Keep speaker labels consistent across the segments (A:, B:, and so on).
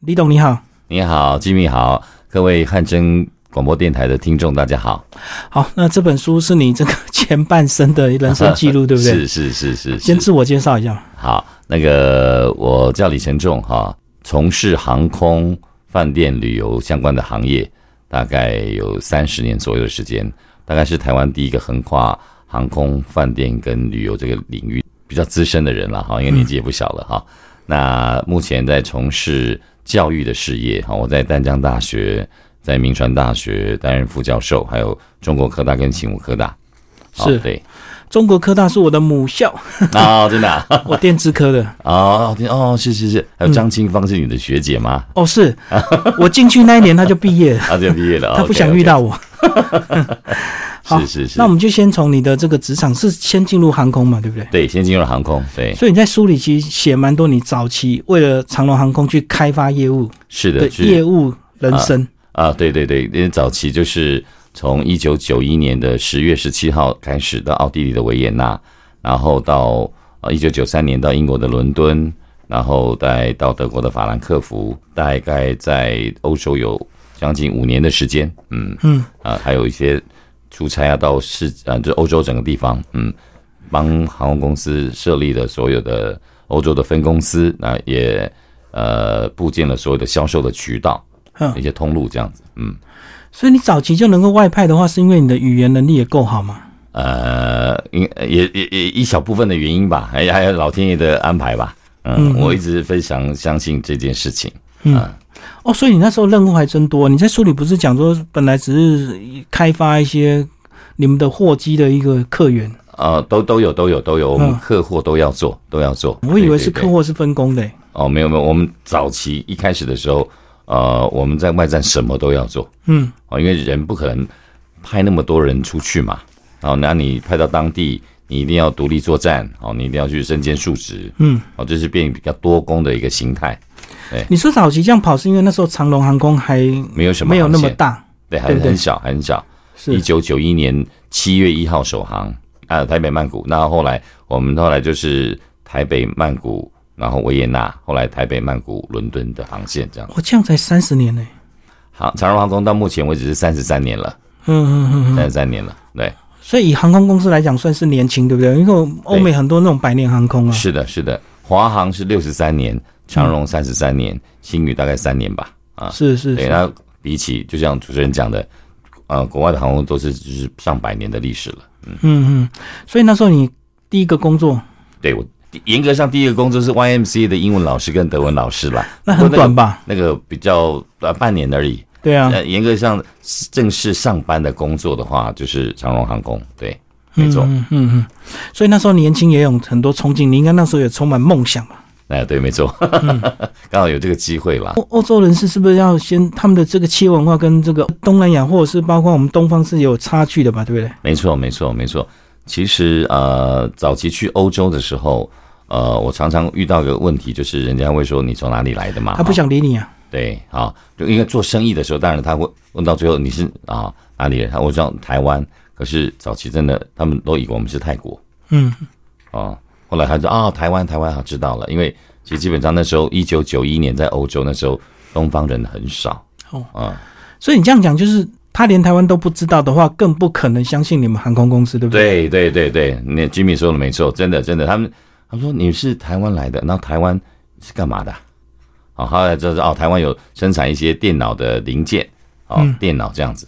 A: 李董你好，
B: 你好，吉米好，各位汉声广播电台的听众，大家好。
A: 好，那这本书是你这个 前半生的人生记录，对不对？
B: 是是是是
A: 先
B: 是。
A: 自我介绍一下。
B: 好，那个我叫李承仲哈，从事航空、饭店、旅游相关的行业，大概有三十年左右的时间，大概是台湾第一个横跨航空、饭店跟旅游这个领域比较资深的人了哈，因为年纪也不小了哈。那目前在从事教育的事业哈，我在淡江大学、在明传大学担任副教授，还有中国科大跟醒吾科大。好
A: 是
B: 对，
A: 中国科大是我的母 校，
B: 啊、真的啊、
A: 我电资科的。
B: 哦，听哦，是是是，还有张清芳是你的学姐吗？
A: 哦， 是我进去那一年他就毕业了，
B: 啊，这个毕业了，
A: 他
B: OK，
A: 不想遇到我。好
B: OK，是是是。
A: 那我们就先从你的这个职场是先进入航空嘛，对不对？
B: 对先进入航空，对，
A: 所以你在书里其实写蛮多，你早期为了长龙航空去开发业务
B: 是
A: 的
B: 的，
A: 业
B: 是
A: 务人生，
B: 啊，对对对，因为早期就是从一九九一年的十月十七号开始到奥地利的维也纳，然后到呃一九九三年到英国的伦敦，然后再到德国的法兰克福，大概在欧洲有将近五年的时间，嗯
A: 嗯，
B: 啊，还有一些出差啊，到世啊，就欧洲整个地方，嗯，帮航空公司设立了所有的欧洲的分公司，那、也呃布建了所有的销售的渠道，
A: 嗯
B: 一些通路这样子，嗯，
A: 所以你早期就能够外派的话，是因为你的语言能力也够好嘛？
B: 呃，应也也也一小部分的原因吧，还还有老天爷的安排吧，嗯，
A: 嗯
B: 我一直非常相信这件事情，
A: 哦，所以你那时候任务还真多。你在书里不是讲说，本来只是开发一些你们的货机的一个客源，
B: 呃，都都有都有都有，我
A: 嗯
B: 们客货都要做，都要做，
A: 我以为
B: 对
A: 是
B: 对
A: 客
B: 对
A: 户是分工的、嗯
B: 哦，没有没有，我们早期一开始的时候，呃，我们在外站什么都要做
A: 嗯，
B: 哦，因为人不可能派那么多人出去嘛，哦，那你派到当地，你一定要独立作战，哦，你一定要去身兼数职，
A: 嗯，
B: 哦，这是变比较多工的一个形态，
A: 你说早期这样跑是因为那时候长龙航空还
B: 没有什么
A: 没有那
B: 航
A: 么
B: 线，
A: 大，
B: 对，
A: 对
B: 还
A: 不对
B: 很小很小，一
A: 是
B: 九九一年七月一号首航啊，台北曼谷，那后来我们后来就是台北曼谷，然后维也纳，后来台北曼谷伦敦的航线这样。
A: 我、这样才三十年呢、
B: 好，长荣航空到目前为止是三十三年了，
A: 嗯嗯嗯，
B: 三十三年了，对，
A: 所以以航空公司来讲算是年轻，对不对？因为欧美很多那种百年航空啊，
B: 是的，是的，华航是六十三年，长荣三十三年，新宇大概三年吧，啊，
A: 是是
B: 对，
A: 是，
B: 那比起就像主持人讲的，呃，国外的航空都是就是上百年的历史了。
A: 嗯嗯，所以那时候你第一个工作
B: 对我严格上第一个工作是 YMCA 的英文老师跟德文老师啦，
A: 那很
B: 不过
A: 短吧？
B: 那个比较呃半年而已。
A: 对啊，
B: 呃，严格上正式上班的工作的话，就是长荣航空，对，没错，
A: 嗯嗯嗯，所以那时候年轻也有很多憧憬，你应该那时候也充满梦想吧？
B: 哎、对，没错，
A: 嗯
B: 刚好有这个机会啦。
A: 欧欧洲人士是不是要先他们的这个企业文化跟这个东南亚或者是包括我们东方是有差距的吧？对不对？
B: 没错，没错，没错。其实呃，早期去欧洲的时候，呃，我常常遇到一个问题，就是人家会说你从哪里来的嘛？
A: 他不
B: 哈
A: 想理你啊，
B: 对，好，就因为做生意的时候，当然他会问到最后你是啊哪里人？他我知道台湾，可是早期真的他们都以为我们是泰国
A: 嗯，
B: 啊。后来他说啊、台湾，台湾，好知道了。因为其实基本上那时候一九九一年在欧洲，那时候东方人很少
A: 哦
B: 啊，
A: 所以你这样讲就是他连台湾都不知道的话，更不可能相信你们航空公司，对不对？
B: 对对对对，那 Jimmy 说的没错，真的真的，他们他们说你是台湾来的，那台湾是干嘛的啊？哦，后来就是哦，台湾有生产一些电脑的零件，哦，
A: 嗯
B: 电脑这样子，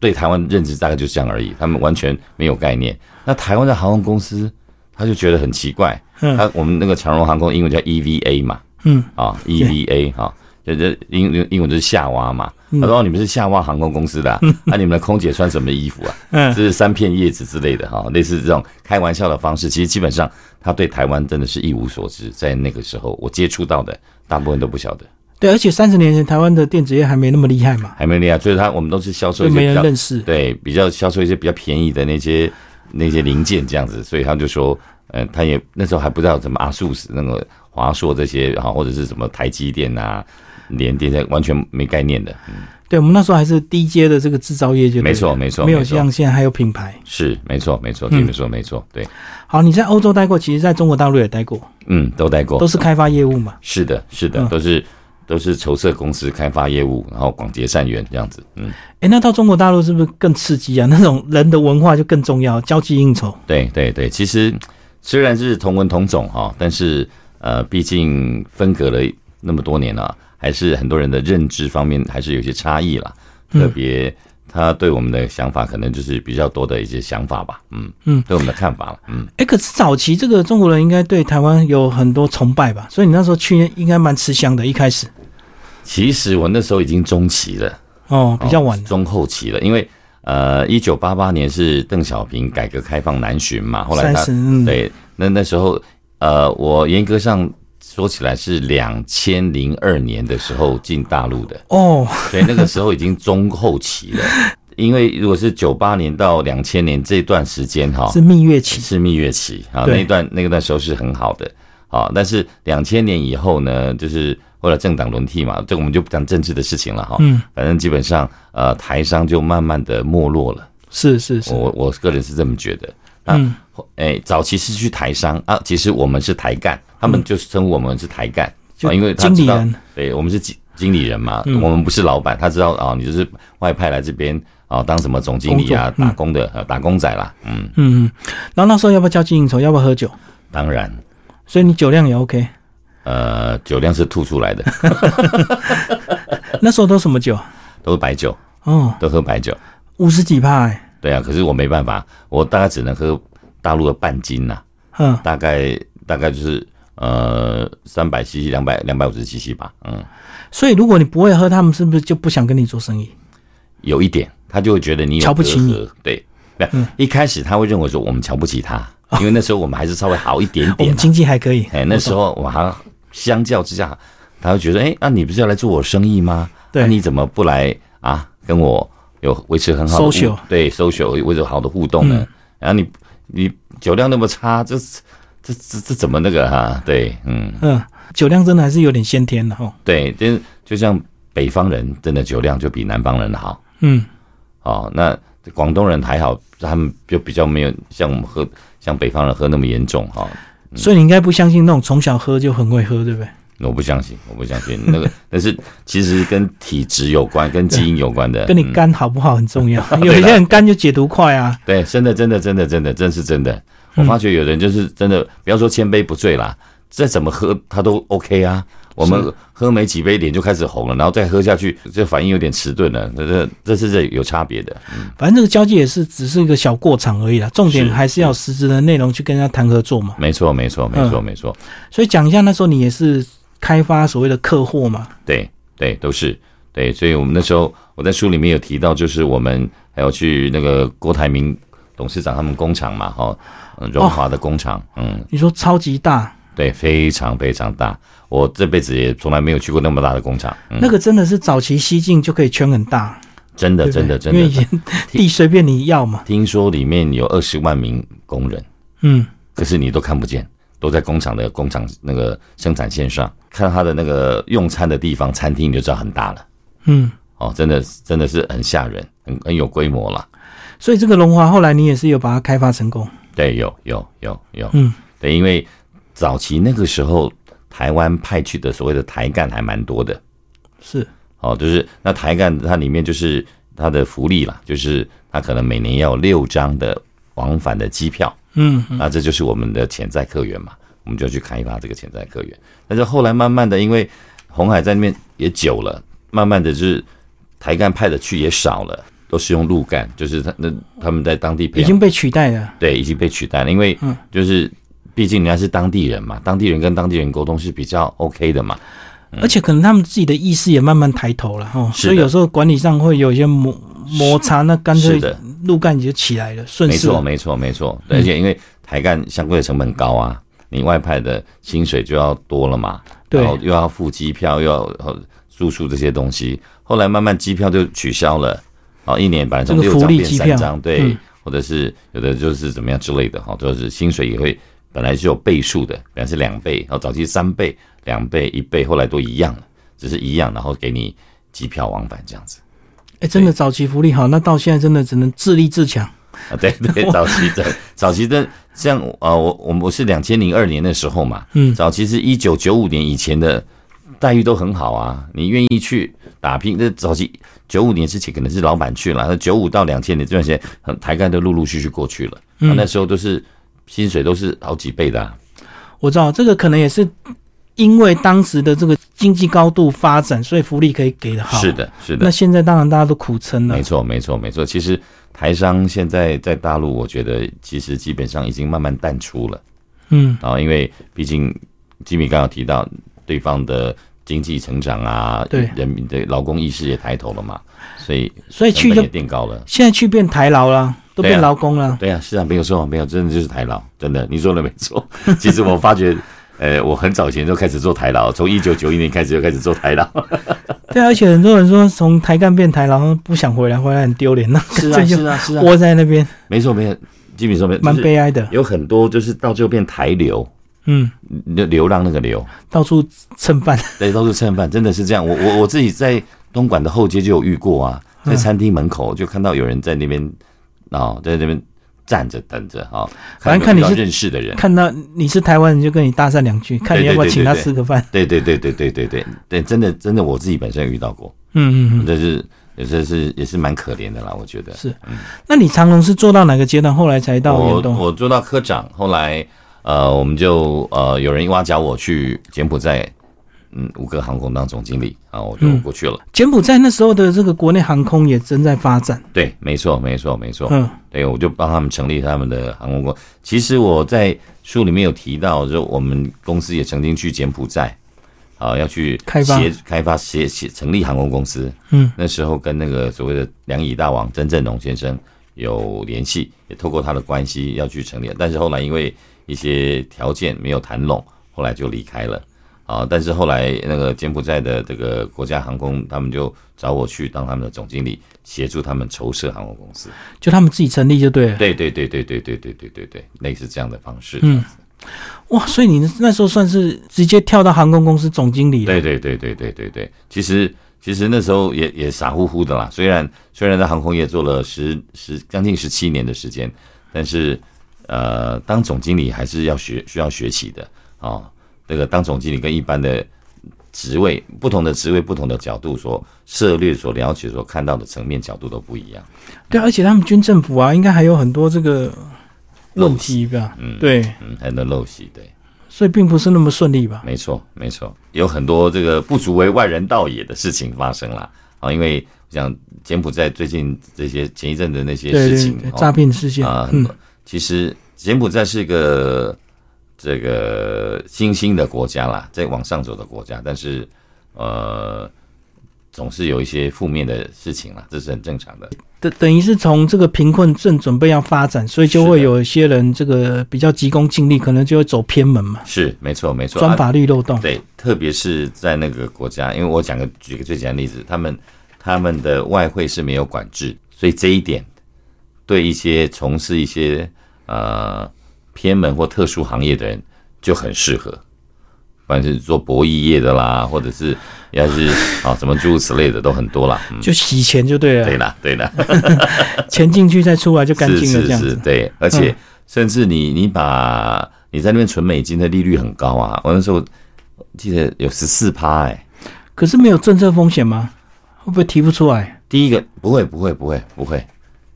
B: 对台湾认知大概就是这样而已，他们完全没有概念。那台湾的航空公司，他就觉得很奇怪，
A: 嗯
B: 他我们那个长荣航空英文叫 EVA 嘛，
A: 嗯，
B: 啊，EVA 哈、这这英英英文就是夏娃嘛，
A: 嗯
B: 他说、哦、你们是夏娃航空公司 的啊，那、你们的空姐穿什么衣服啊？
A: 嗯
B: 这是三片叶子之类的哈，类似这种开玩笑的方式，其实基本上他对台湾真的是一无所知，在那个时候我接触到的大部分都不晓得。
A: 对，而且三十年前台湾的电子业还没那么厉害嘛，
B: 海梅利亚，所以他我们都是销
A: 所
B: 售
A: 以
B: 一
A: 哦没
B: 些比
A: 人
B: 较
A: 认识。
B: 对比较销售一些比较便宜的那些那些零件这样子，所以他就说，呃，他也那时候还不知道什么阿素斯那个华硕这些啊，或者是什么台积电啊、联电，这完全没概念的。
A: 对，我们那时候还是低阶的这个制造业，就对了
B: 没错，，没错，
A: 没有
B: 错
A: 像现在还有品牌。
B: 是没错，没错，基本说没错，对，
A: 好，你在欧
B: 哦
A: 洲待过，其实在中国大陆也待过，
B: 嗯，都待过，
A: 都是开发业务嘛。
B: 是的，是
A: 嗯
B: 的，都是都是筹设公司开发业务，然后广结善缘这样子。嗯，
A: 哎，那到中国大陆是不是更刺激啊？那种人的文化就更重要，交际应酬。
B: 对对对，其实虽然是同文同种哈，但是呃，毕竟分隔了那么多年了、还是很多人的认知方面还是有些差异啦。
A: 嗯
B: 特别他对我们的想法，可能就是比较多的一些想法吧。嗯
A: 嗯
B: 对我们的看法了。嗯，
A: 哎，可是早期这个中国人应该对台湾有很多崇拜吧？所以你那时候去应该蛮吃香的，一开始
B: 其实我那时候已经中期了。
A: 哦，比较晚
B: 哦
A: 了。
B: 中后期了，因为呃，一九八八年是邓小平改革开放南巡嘛，后来
A: 三
B: 他
A: 十，嗯，，
B: 对那那时候呃，我严格上说起来是两千零二年的时候进大陆 的，
A: 哦，
B: 所以那个时候已经中后期了。因为如果是九八年到两千年这段时间哈，
A: 是蜜月期，
B: 是蜜月期啊，
A: 对
B: 那一段那个段时候是很好的啊。但是两千年以后呢，就是后来政党轮替嘛，这个我们就不讲政治的事情了哈。
A: 嗯，
B: 反正基本上呃，台商就慢慢的没落了。
A: 是是是，
B: 我我个人是这么觉得。
A: 嗯，
B: 哎、早期是去台商啊，其实我们是台干，他们就称呼我们是台干
A: 就
B: 啊，因为他
A: 经
B: 知
A: 理
B: 道
A: 人，嗯
B: 对我们是经经理人嘛，我们不是老板，他知道啊，你就是外派来这边啊，当什么总经理啊
A: 工，作嗯
B: 打工的、呃打工仔啦，嗯，
A: 嗯嗯。然后那时候要不要交际应酬？要不要喝酒？
B: 当然。
A: 所以你酒量也 OK。
B: 呃，酒量是吐出 来的，
A: 那时候都什么酒啊？
B: 都是白酒，
A: 哦，
B: 都喝白酒。
A: 五十几趴哎、
B: 对啊，可是我没办法，我大概只能喝大陆的半斤呐、
A: 嗯，
B: 大概大概就是呃三百 CC、两百两百五十 CC 吧，嗯，
A: 所以如果你不会喝，他们是不是就不想跟你做生意？
B: 有一点，他就会觉得你有
A: 瞧不起你嗯
B: 隔阂，对，那、一开始他会认为说我们瞧不起他，因为那时候我们还是稍微好一点
A: 哦 我
B: 点、
A: 们
B: 啊，
A: 经济还可以，
B: 哎，那时候我好像相较之下，他会觉得，哎，那、你不是要来做我生意吗？
A: 对
B: 那、你怎么不来啊？跟我有维持很好的互
A: Social 嗯
B: 对 social 维持好的互动呢？然后你你酒量那么差，这这这这怎么那个哈、对，嗯，
A: 嗯，酒量真的还是有点先天的哦。
B: 对，就就像北方人真的酒量就比南方人好
A: 嗯，
B: 哦。那广东人还好，他们就比较没有像我们喝像北方人喝那么严重哈、哦。
A: 所以你应该不相信那种从小喝就很会喝，对不对？
B: 我不相信，我不相信那个， 但是其实跟体质有关，跟基因有关的。
A: 跟你
B: 嗯
A: 肝好不好很重 要，有一些人肝就解毒快啊。
B: 对，真的，真的，真的，真的，真是真的。我发觉有人就是真的，不要说千杯不醉啦，再怎么喝他都 OK 啊。我们喝没几杯，脸就开始红了，然后再喝下去，这反应有点迟钝了。这这这是这有差别的。
A: 反正这个交际也是只是一个小过场而已啦，重点
B: 是
A: 还是要实质的内容去跟人家谈合作嘛。
B: 没错，没错，没错，没错。
A: 所以讲一下那时候你也是开发所谓的客货嘛，
B: 对对，都是对，所以我们那时候我在书里面有提到，就是我们还要去那个郭台铭董事长他们工厂嘛，哈、嗯荣华的工厂，嗯，
A: 你说超级大，
B: 对，非常非常大，我这辈子也从来没有去过那么大的工厂，嗯，
A: 那个真的是早期西进就可以圈很大，
B: 真的
A: 对不对
B: 真的真
A: 因为以
B: 的，
A: 前地随便你要嘛。
B: 听说里面有二十万名工人，
A: 嗯，
B: 可是你都看不见。都在工厂的工厂那个生产线上，看他的那个用餐的地方，餐厅你就知道很大了
A: 嗯，
B: 哦，真的真的是很吓人，很很有规模了。
A: 所以这个龙华后来你也是有把它开发成功。
B: 对，有有有有，
A: 嗯，
B: 对，因为早期那个时候台湾派去的所谓的台干还蛮多的，
A: 是，
B: 哦，就是那台干它里面就是它的福利啦，就是它可能每年要有六张的往返的机票，
A: 嗯，嗯
B: 那这就是我们的潜在客源嘛，我们就去开发这个潜在客源。但是后来慢慢的，因为红海在那边也久了，慢慢的就是台干派的去也少了，都是用陆干，就是他那他们在当地培
A: 已
B: 养
A: 经被嗯取代了。
B: 对，已经被取代了，因为就是毕竟人家是当地人嘛，当地人跟当地人沟通是比较 OK 的嘛。
A: 而且可能他们自己的意识也慢慢抬头了哦，
B: 嗯是
A: 所以
B: 的
A: 有时候管理上会有一些摩摩擦，那干脆
B: 是的
A: 路干也就起来了，顺
B: 没
A: 势了。嗯
B: 错，没错，没错。而且因为台干相对的成本高啊，你外派的薪水就要多了嘛，
A: 对
B: 然后又要付机票，又要呃住宿这些东西。后来慢慢机票就取消了，啊，一年本来从
A: 这个
B: 六
A: 福
B: 张
A: 利
B: 变
A: 机
B: 三
A: 票
B: 张，对，
A: 嗯
B: 或者是有的就是怎么样之类的哈，就是薪水也会本来是有倍数的，本来是两倍，然后早期三倍、两倍、一倍，后来都一样了，只是一样，然后给你机票往返这样子。
A: 哎、真的早期福利好，那到现在真的只能自立自强。
B: 啊， 对 对，早期的早期的，像呃，我我我是两千零二年的时候嘛，
A: 嗯
B: 早期是一九九五年以前的待遇都很好啊，你愿意去打拼。那早期九五年之前可能是老板去了，那九五到两千年这段时间，很台干都陆陆续续过去了。
A: 嗯
B: 啊那、那时候都是薪水都是好几倍的、啊，
A: 我知道这个可能也是因为当时的这个经济高度发展，所以福利可以给的好。
B: 是，的，是的
A: 那。现在当然大家都苦撑了
B: 没。错，没错，没错。其实台商现在在大陆，我觉得其实基本上已经慢慢淡出了
A: 嗯，
B: 啊，因为毕竟吉米刚刚提到对方的经济成长啊，
A: 对
B: 人民的劳工意识也抬头了嘛，所以
A: 所以
B: 成
A: 哎去
B: 本
A: 就
B: 也变高了。
A: 现在去变台劳了，都
B: 对啊
A: 变劳工了。
B: 对啊，市场没有错，没有，真的就是台劳，真的，你说的没错。 其实我发觉，呃，我很早前就开始做台劳，从一九九一年开始就开始做台劳。
A: 对啊，而且很多人说从台干变台劳，不想回来，回来很丢 脸，那这就是
B: 啊，是
A: 窝在那边
B: 没错，没有，基本上没有，
A: 蛮
B: 就是
A: 悲哀的。
B: 有很多就是到最后变台流，
A: 嗯，
B: 流流浪那个流，
A: 到处蹭饭。
B: 对，都是蹭饭，真的是这样。我我我自己在东莞的后街就有遇过啊，
A: 嗯
B: 在餐厅门口就看到有人在那边啊、在那边站着等着啊，
A: 反正看你
B: 有没有
A: 是
B: 认识的人，
A: 看到你是台湾人，就跟你搭讪两句，看你要不要请他吃个饭。
B: 对对对对对对对对，真的真的我自己本身有遇到过，
A: 嗯嗯嗯，
B: 这是也是是也是蛮可怜的啦，我觉得。
A: 是。那你长隆是做到哪个阶段？后来才到
B: 我
A: 远东？
B: 我做到科长，后来呃，我们就呃有人挖角我去柬埔寨，嗯，五个航空当总经理啊，我就
A: 嗯
B: 过去了。
A: 柬埔寨那时候的这个国内航空也正在发展。
B: 对，没错，没错，没错。
A: 嗯
B: 对，我就帮他们成立他们的航空公司。其实我在书里面有提到，就我们公司也曾经去柬埔寨，啊，要去
A: 开发
B: 协开发协协成立航空公司。
A: 嗯，
B: 那时候跟那个所谓的两椅大王曾振龙先生有联系，也透过他的关系要去成立，但是后来因为一些条件没有谈拢，后来就离开了。啊，但是后来那个柬埔寨的这个国家航空，他们就找我去当他们的总经理，协助他们筹设航空公司。
A: 就他们自己成立就对了。
B: 对对对对对对对对对对，类似这样的方式。
A: 嗯，哇，所以你那时候算是直接跳到航空公司总经理了。
B: 对对对对对对对，其实其实那时候也也傻乎乎的啦。虽然虽然在航空业做了十十将近十七年的时间，但是呃，当总经理还是要学需要学习的啊、这个当总经理跟一般的职位，不同的职位、不同的角度所涉猎、所了解、所看到的层面角度都不一样。
A: 对啊，而且他们军政府啊，应该还有很多这个问题吧？
B: 嗯，，
A: 对，
B: 嗯，还能陋习，对。
A: 所以并不是那么顺利吧？
B: 没错，没错，有很多这个不足为外人道也的事情发生了啊，因为我想柬埔寨最近这些前一阵的那些
A: 对
B: 事
A: 对
B: 情
A: 对，诈
B: 哦
A: 骗事件
B: 啊，，很
A: 嗯
B: 多，其实柬埔寨是一个这个新兴的国家啦，在往上走的国家，但是呃，总是有一些负面的事情啦，这是很正常的。
A: 等等于是从这个贫困正准备要发展，所以就是会
B: 的
A: 有一些人这个比较急功近利，可能就会走偏门嘛，
B: 是，没错，没错，
A: 钻
B: 啊
A: 法律漏洞。
B: 对，特别是在那个国家，因为我讲个举个最简单的例子，他们他们的外汇是没有管制，所以这一点对一些从事一些呃偏门或特殊行业的人就很适合，不管是做博弈业的啦，或者是要是啊什么诸如此类的都很多啦。嗯，
A: 就洗钱就对
B: 对
A: 了，
B: 啦，对啦，
A: 钱进去再出来就 干
B: 是
A: 净了，
B: 是
A: 这样
B: 是，
A: 子。嗯
B: 对，而且甚至你你把你在那边存美金的利率很高啊，我那时候记得有十四趴哎。
A: 可是没有政策风险吗？会不会提不出来？
B: 第一个不会，不会，不会，不会，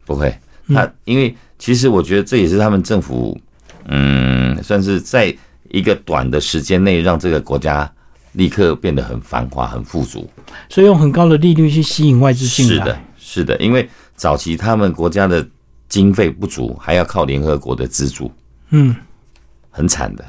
B: 不会。他因为其实我觉得这也是他们政府，嗯，算是在一个短的时间内让这个国家立刻变得很繁华、很富足。
A: 所以用很高的利率去吸引外资进
B: 是的
A: 来。，
B: 是的，因为早期他们国家的经费不足，还要靠联合国的资助，
A: 嗯，
B: 很惨的。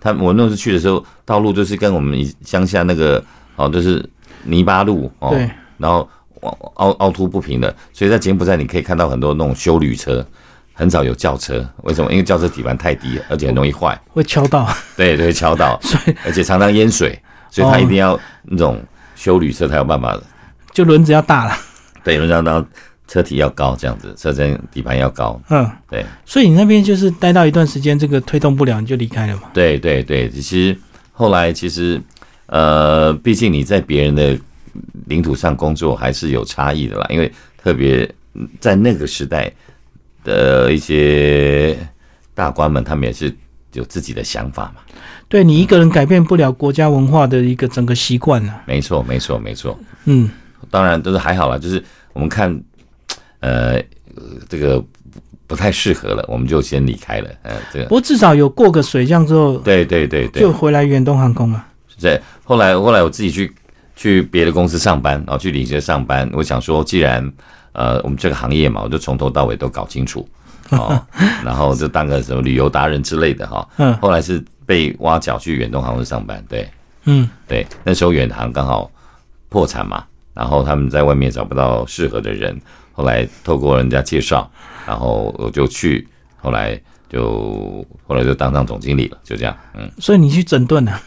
B: 他我那时候去的时候，道路就是跟我们乡下那个哦，就是泥巴路哦，
A: 对，
B: 然后凹凹凹凸不平的，所以在柬埔寨你可以看到很多那种修旅车，很少有轿车。为什么？因为轿车底盘太低，而且很容易坏，
A: 会敲到。
B: 对，对，敲到，而且常常淹水，所以他一定要那种修旅车才有办法的。
A: 就轮子要大了，
B: 对，轮到到车体要高这样子，车身底盘要高，
A: 嗯，
B: 对。
A: 所以你那边就是待到一段时间，这个推动不了，你就离开了嘛。
B: 对对对，其实后来其实呃，毕竟你在别人的领土上工作还是有差异的啦，因为特别在那个时代的一些大官们，他们也是有自己的想法嘛。
A: 对你一个人改变不了国家文化的一个整个习惯啊。
B: 没错，没错，没错。
A: 嗯，
B: 当然都是还好啦，就是我们看，呃，呃这个不不太适合了，我们就先离开了。呃，这
A: 不
B: 个
A: 过至少有过个水降之后，
B: 对对对对，
A: 就回来远东航空啊了。
B: 对，后来后来我自己去去别的公司上班，然后去领学上班。我想说，既然呃我们这个行业嘛，我就从头到尾都搞清楚，哦，然后就当个什么旅游达人之类的哈、
A: 嗯
B: 后来是被挖角去远东航空上班，对
A: 嗯，
B: 对，那时候远航刚好破产嘛，然后他们在外面找不到适合的人，后来透过人家介绍，然后我就去，后来就后来就当上总经理了，就这样，嗯。
A: 所以你去整顿了，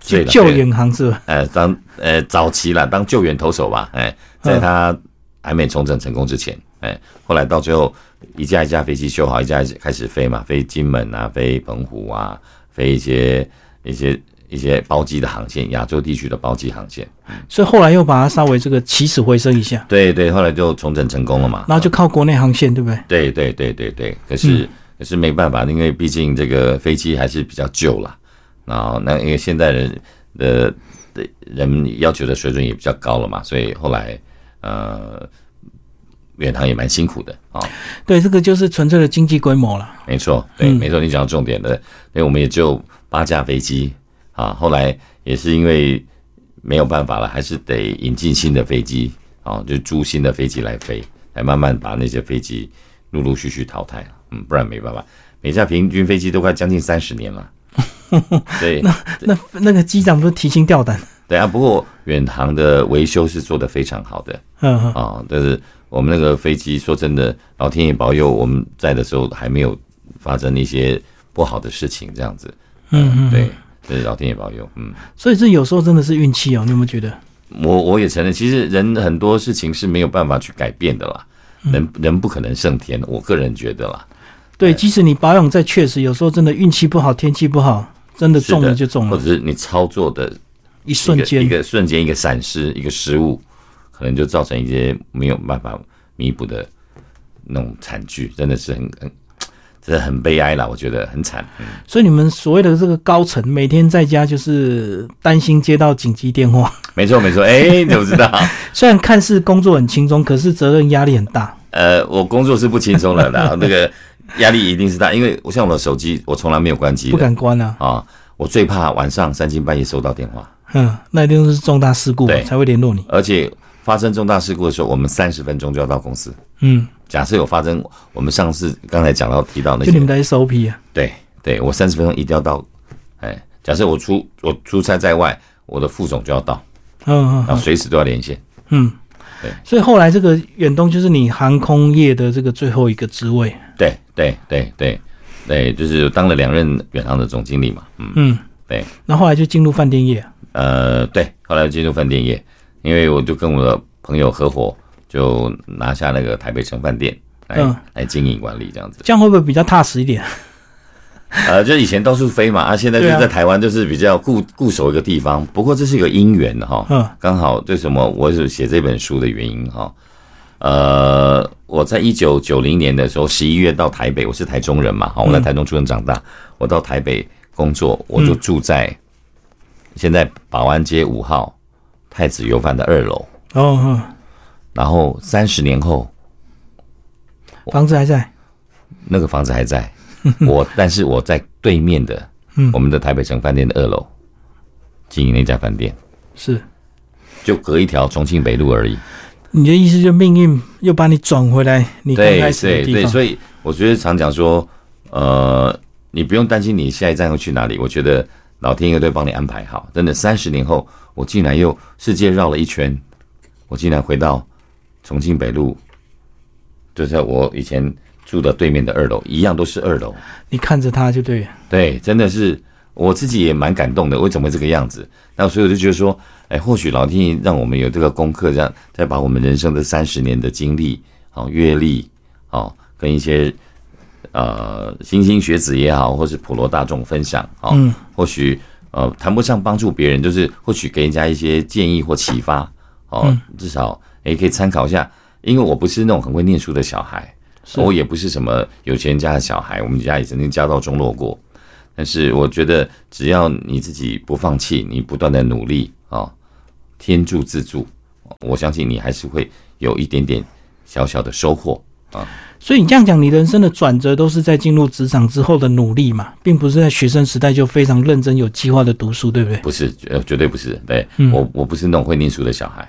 B: 对
A: 去
B: 了
A: 救
B: 对了
A: 援航是吧？
B: 呃，当呃早期啦，当救援投手吧，哎、在他还没重整成功之前，哎、后来到最后一架一架飞机修好，一架一架开始飞嘛，飞金门啊，飞澎湖啊，飞一些一些一些包机的航线，亚洲地区的包机航线，
A: 所以后来又把它稍微这个起死回生一下，
B: 对对，后来就重整成功了嘛，
A: 然后就靠国内航线，对不对？
B: 对对对对对，可是、可是没办法，因为毕竟这个飞机还是比较旧啦，啊，那因为现代人的的人要求的水准也比较高了嘛，所以后来呃，远航也蛮辛苦的啊、
A: 对，这个就是纯粹的经济规模了。
B: 没错，对，没错，你讲到重点了，因为我们也就八架飞机啊，后来也是因为没有办法了，还是得引进新的飞机啊，就租新的飞机来飞，来慢慢把那些飞机陆陆续续淘汰了，嗯，不然没办法，每架平均飞机都快将近三十年了，对
A: 那那个机长不是提心吊胆？
B: 对啊，不过远航的维修是做得非常好的，
A: 嗯嗯，
B: 啊、但是我们那个飞机，说真的，老天爷保佑，我们在的时候还没有发生一些不好的事情，这样子。嗯，对，这是老天爷保佑。嗯，
A: 所以这有时候真的是运气哦，你有没有觉得？
B: 我我也承认，其实人很多事情是没有办法去改变的啦，
A: 嗯
B: 人人不可能胜天，我个人觉得啦，
A: 对，即使你保养再确实，有时候真的运气不好，天气不好，真的
B: 是
A: 中了就中
B: 或
A: 了
B: 者，是你操作的
A: 一
B: 一
A: 瞬
B: 个一
A: 间。
B: 个瞬间一个闪失，一个失误，可能就造成一些没有办法弥补的那种惨剧，真的是很很，真的很悲哀啦，我觉得很惨。嗯
A: 所以你们所谓的这个高层，每天在家就是担心接到紧急电话，
B: 没错没错，哎、你怎么知道？
A: 虽然看似工作很轻松，可是责任压力很大。
B: 呃，我工作是不轻松的啦， 那个压力一定是大，因为我像我的手机，我从来没有关机
A: 不
B: 的
A: 敢关啊。
B: 啊，我最怕晚上三更半夜收到电话，
A: 嗯，那一定是重大事故啊
B: 对
A: 才会联络你。
B: 而且发生重大事故的时候，我们三十分钟就要到公司。
A: 嗯，
B: 假设有发生，我们上次刚才讲到提到那
A: 就你们
B: 些，
A: 的 SOP 啊。
B: 对对，我三十分钟一定要到，哎，假设我出我出差在外，我的副总就要到，
A: 嗯嗯
B: 然后随时都要连线。
A: 嗯
B: 对。
A: 所以后来这个远东就是你航空业的这个最后一个职位。
B: 对对对对对，就是当了两任远航的总经理嘛，嗯。
A: 嗯，
B: 对。
A: 那后来就进入饭店业啊。
B: 呃，对，后来进入饭店业，因为我就跟我的朋友合伙，就拿下那个台北城饭店来、
A: 嗯
B: 来经营管理这样子。
A: 这样会不会比较踏实一 点？
B: 呃，就以前到处飞嘛，啊，现在就
A: 对啊
B: 在台湾就是比较固固守一个地方。不过这是一个因缘的哈，
A: 嗯
B: 刚好为什么我是写这本书的原因哈。呃，我在一九九零年的时候，十一月到台北，我是台中人嘛，哈，
A: 嗯
B: 我在台中出生长大，我到台北工作，我就住在现在保安街五号太子油饭的二楼。
A: 哦，
B: 然后三十年后，
A: 嗯房子还在。
B: 那个房子还在， 我但是我在对面的，
A: 嗯
B: 我们的台北城饭店的二楼经营那家饭店，
A: 是。
B: 就隔一条重庆北路而已。
A: 你的意思就命运又把你转回来你刚
B: 对
A: 开始
B: 对
A: 的地
B: 对，
A: 方。
B: 所以我觉得常讲说，呃，你不用担心你下一站会去哪里，我觉得老天爷都会帮你安排好。真的，三十年后我竟然又世界绕了一圈，我竟然回到重庆北路，就在我以前住的对面的二楼，一样都是二楼。
A: 你看着他就对了。
B: 对，真的是我自己也蛮感动的，为什么会这个样子？那所以我就觉得说，哎，或许老天爷让我们有这个功课，这样再把我们人生的三十年的经历、哦阅历、哦跟一些呃新兴学子也好，或是普罗大众分享，哦，或许呃谈不上帮助别人，就是或许给人家一些建议或启发，哦，至少也可以参考一下。因为我不是那种很会念书的小孩，我也不是什么有钱人家的小孩，我们家也曾经家道中落过，但是我觉得只要你自己不放弃，你不断的努力啊、哦，天助自助，我相信你还是会有一点点小小的收获。
A: 所以你这样讲，你人生的转折都是在进入职场之后的努力嘛，并不是在学生时代就非常认真有计划的读书，对不对？啊
B: 不是，呃，绝对不是。对、
A: 嗯
B: 我，我不是那种会念书的小孩。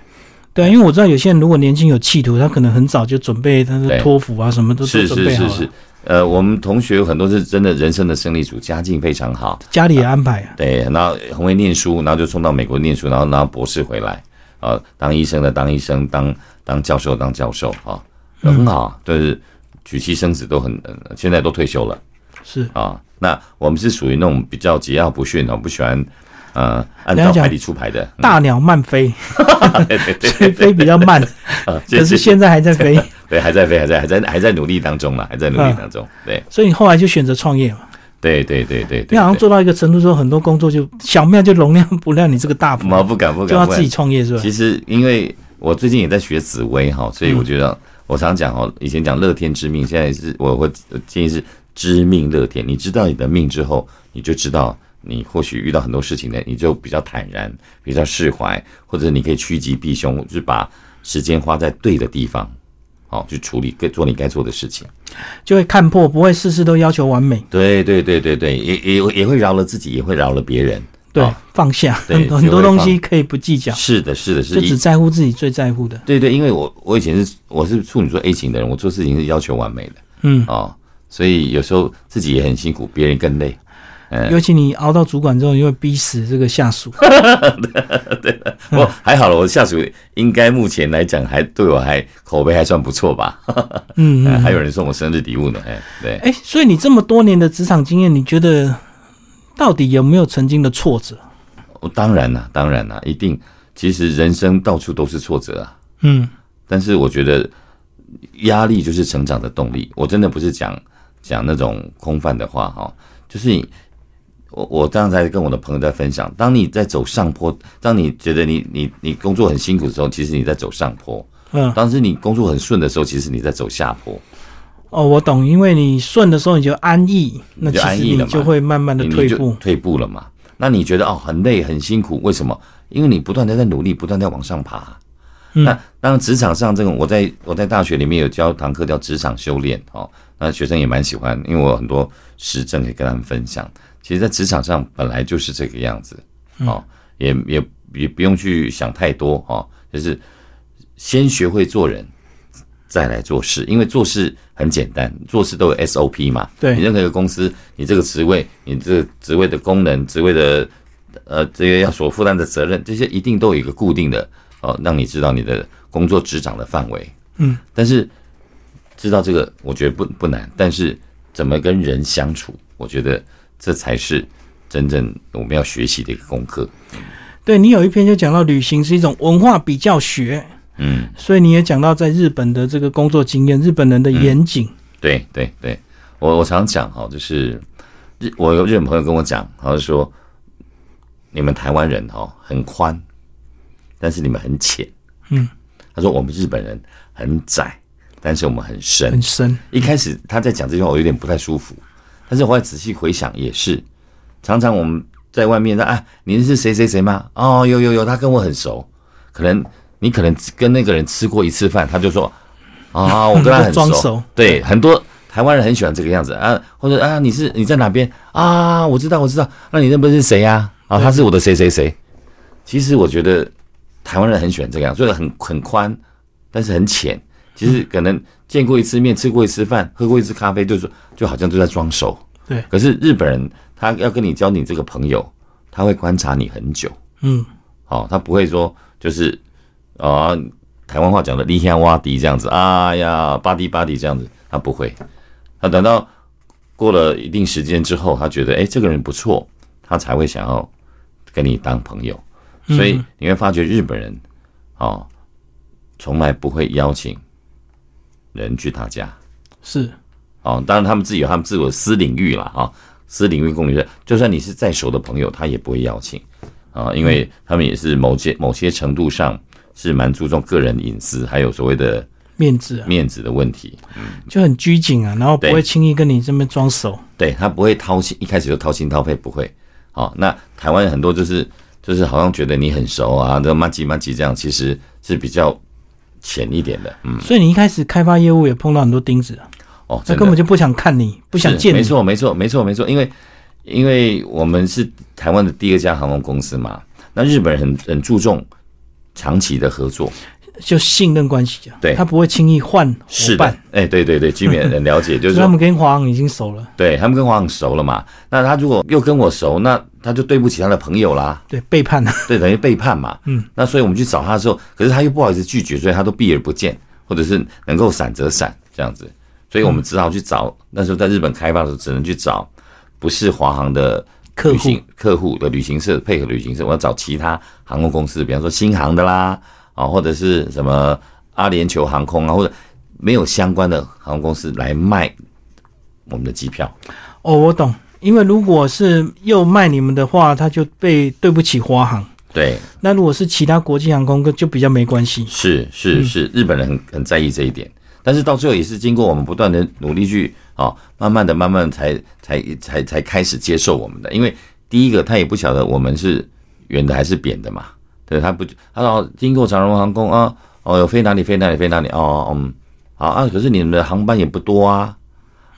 A: 对啊，因为我知道有些人如果年轻有企图，他可能很早就准备他的
B: 对
A: 托福啊，什么都都
B: 是
A: 准
B: 是
A: 备好
B: 是
A: 了，
B: 是，呃，我们同学有很多是真的人生的胜利组，家境非常好，
A: 家里也安排啊。
B: 对，然后很会念书，然后就送到美国念书，然后拿博士回来，啊，当医生的当医生，当当教授当教授啊，都很
A: 嗯
B: 好，就是娶妻生子都很，呃现在都退休了
A: 是，
B: 啊。那我们是属于那种比较桀骜不驯哦，不喜欢呃按
A: 了
B: 照
A: 解
B: 牌理出 牌的，
A: 大鸟慢 飞，
B: 对对对，
A: 所以飞比较慢，
B: 啊，
A: 可
B: 这
A: 是现在还在 飞，
B: 对还在飞，还在还在还在努力当中了，还在努力
A: 嗯
B: 当中，对
A: 所以你后来就选择创业嘛。
B: 对对对对对，
A: 你好像
B: 对
A: 做到一个程度之后，很多工作就小庙就容量不了你这个大
B: 嘛
A: 佛，
B: 不敢不敢，
A: 就要
B: 不
A: 自
B: 敢
A: 己创业是吧？
B: 其实因为我最近也在学紫薇哈，所以我觉得我常讲哦，以前讲乐天知命，现在是我会建议是知命乐天。你知道你的命之后，你就知道你或许遇到很多事情呢，你就比较坦然，比较释怀，或者你可以趋吉避凶，就是把时间花在对的地方，好去处理该做你该做的事情。
A: 就会看破，不会事事都要求完美。
B: 对对对对对，也也也会饶了自己，也会饶了别人。
A: 对
B: 好，
A: 放下 很
B: 对
A: 多很
B: 学会
A: 多东
B: 放
A: 西可以不计较，
B: 是的，是的，是
A: 就
B: 的。
A: 只在乎自己最在乎的。
B: 对对，因为我我以前是我是处女座 A 型的人，我做事情是要求完美的，
A: 嗯
B: 哦，所以有时候自己也很辛苦，别人更累。 哎
A: 尤其你熬到主管之后，你会逼死这个下 属。
B: 我还好了，我的下属应该目前来讲还对我还口碑还算不错吧，
A: 嗯
B: 哎
A: 嗯，
B: 还有人送我生日礼物呢，哎，对，
A: 哎、所以你这么多年的职场经验，你觉得到底有没有曾经的挫折？
B: 哦当然啦，当然啦，一定，其实人生到处都是挫折啊，
A: 嗯，
B: 但是我觉得压力就是成长的动力。我真的不是讲讲那种空泛的话哈，就是你我我刚才跟我的朋友在分享，当你在走上坡，当你觉得你你你工作很辛苦的时候，其实你在走上坡；
A: 嗯，
B: 当时你工作很顺的时候，其实你在走下坡。
A: 哦，我懂，因为你顺的时候你就安逸，那
B: 你
A: 其
B: 就安
A: 实
B: 逸
A: 你
B: 了嘛
A: 就会慢慢的
B: 你
A: 退
B: 你就
A: 步。
B: 退步了嘛？那你觉得哦很累很辛苦，为什么？因为你不断的在努力，不断地在往上爬。
A: 嗯
B: 那当然，职场上这种，我在我在大学里面有教堂课叫职场修炼哦，那学生也蛮喜欢，因为我有很多实证可以跟他们分享。其实，在职场上本来就是这个样子
A: 嗯
B: 哦，也也也不用去想太多哦，就是先学会做人，再来做事，因为做事很简单，做事都有 SOP 嘛。
A: 对
B: 你任何一个公司，你这个职位，你这个职位的功能、职位的呃这个要所负担的责任，这些一定都有一个固定的哦，让你知道你的工作职掌的范围。
A: 嗯，
B: 但是知道这个，我觉得不不难，但是怎么跟人相处，我觉得这才是真正我们要学习的一个功课。
A: 对你有一篇就讲到旅行是一种文化比较学，
B: 嗯，
A: 所以你也讲到在日本的这个工作经验，日本人的严谨。
B: 嗯对对对，我我常讲哈，就是日我有日本朋友跟我讲，他就说你们台湾人哈很宽，但是你们很浅。
A: 嗯，
B: 他说我们日本人很窄，但是我们很深
A: 很。深，
B: 一开始他在讲这句话，我有点不太舒服，但是我后来仔细回想也是，常常我们在外面，那啊，您是谁谁谁吗？哦，有有有，他跟我很熟，可能你可能跟那个人吃过一次饭，他就说啊，我跟他 很
A: 装
B: 熟，
A: 熟
B: 对，很多台湾人很喜欢这个样子啊，或者啊，你是你在哪边啊？我知道我知道，那你认不认识谁呀、啊？他是我的谁谁谁。其实我觉得台湾人很喜欢这个样，所以很很宽，但是很浅。其实可能见过一次面，吃过一次饭，喝过一次咖啡，就是就好像都在装熟。
A: 对
B: 可是日本人他要跟你交你这个朋友，他会观察你很久。
A: 嗯，
B: 哦，他不会说就是啊、台湾话讲的“离天洼迪”这样子，哎呀，巴迪巴迪这样子，他不会。他等到过了一定时间之后，他觉得哎、诶这个人不错，他才会想要跟你当朋友。所以你会发觉日本人哦，从来不会邀请人去他家。
A: 是
B: 哦，当然他们自己有他们自我的私领域啦，哈、啊私领域共同就算你是再熟的朋友，他也不会邀请啊、因为他们也是某些某些程度上是蛮注重个人隐私，还有所谓的
A: 面子啊，
B: 面子的问题。
A: 就很拘谨啊，然后不
B: 对
A: 会轻易跟你这么装熟。
B: 对他不会掏心，一开始就掏心掏肺，不会。好、那台湾很多就是就是好像觉得你很熟啊，这麻吉麻吉这样，其实是比较浅一点的。嗯，
A: 所以你一开始开发业务也碰到很多钉子啊，
B: 哦，
A: 他
B: 真的
A: 根本就不想看你，不想
B: 是
A: 见
B: 没
A: 你。
B: 错，没错，没错，没错，因为因为我们是台湾的第二家航空公司嘛，那日本人很很注重长期的合作。
A: 就信任关系啊，
B: 对
A: 他不会轻易换伙
B: 是的
A: 伴，，
B: 哎、对对对，居民很 了解，就
A: 就是是他
B: 说，
A: 们跟华航已经熟了，
B: 对他们跟华航熟了嘛，那他如果又跟我熟，那他就对不起他的朋友啦，
A: 对，背叛了，
B: 对，等于背叛嘛。
A: 嗯，
B: 那所以我们去找他的时候，可是他又不好意思拒绝，所以他都避而不见，或者是能够闪则闪这样子。所以我们
A: 嗯
B: 只好去找，那时候在日本开发的时候，只能去找不是华航的
A: 客
B: 旅
A: 户
B: 行客户的旅行社配合旅行社，我要找其他航空公司，比方说新航的啦，啊，或者是什么阿联酋航空啊，或者没有相关的航空公司来卖我们的机票。
A: 哦，我懂，因为如果是又卖你们的话，他就被对不起华航。
B: 对，
A: 那如果是其他国际航空，就比较没关系。
B: 是是是，日本人很很在意这一点，但是到最后也是经过我们不断的努力去啊、哦，慢慢的、慢慢地才才才才开始接受我们的，因为第一个他也不晓得我们是圆的还是扁的嘛，对他不他说经过长荣航空啊，哦有飞哪里飞哪里飞哪里哦嗯好啊，可是你们的航班也不多啊，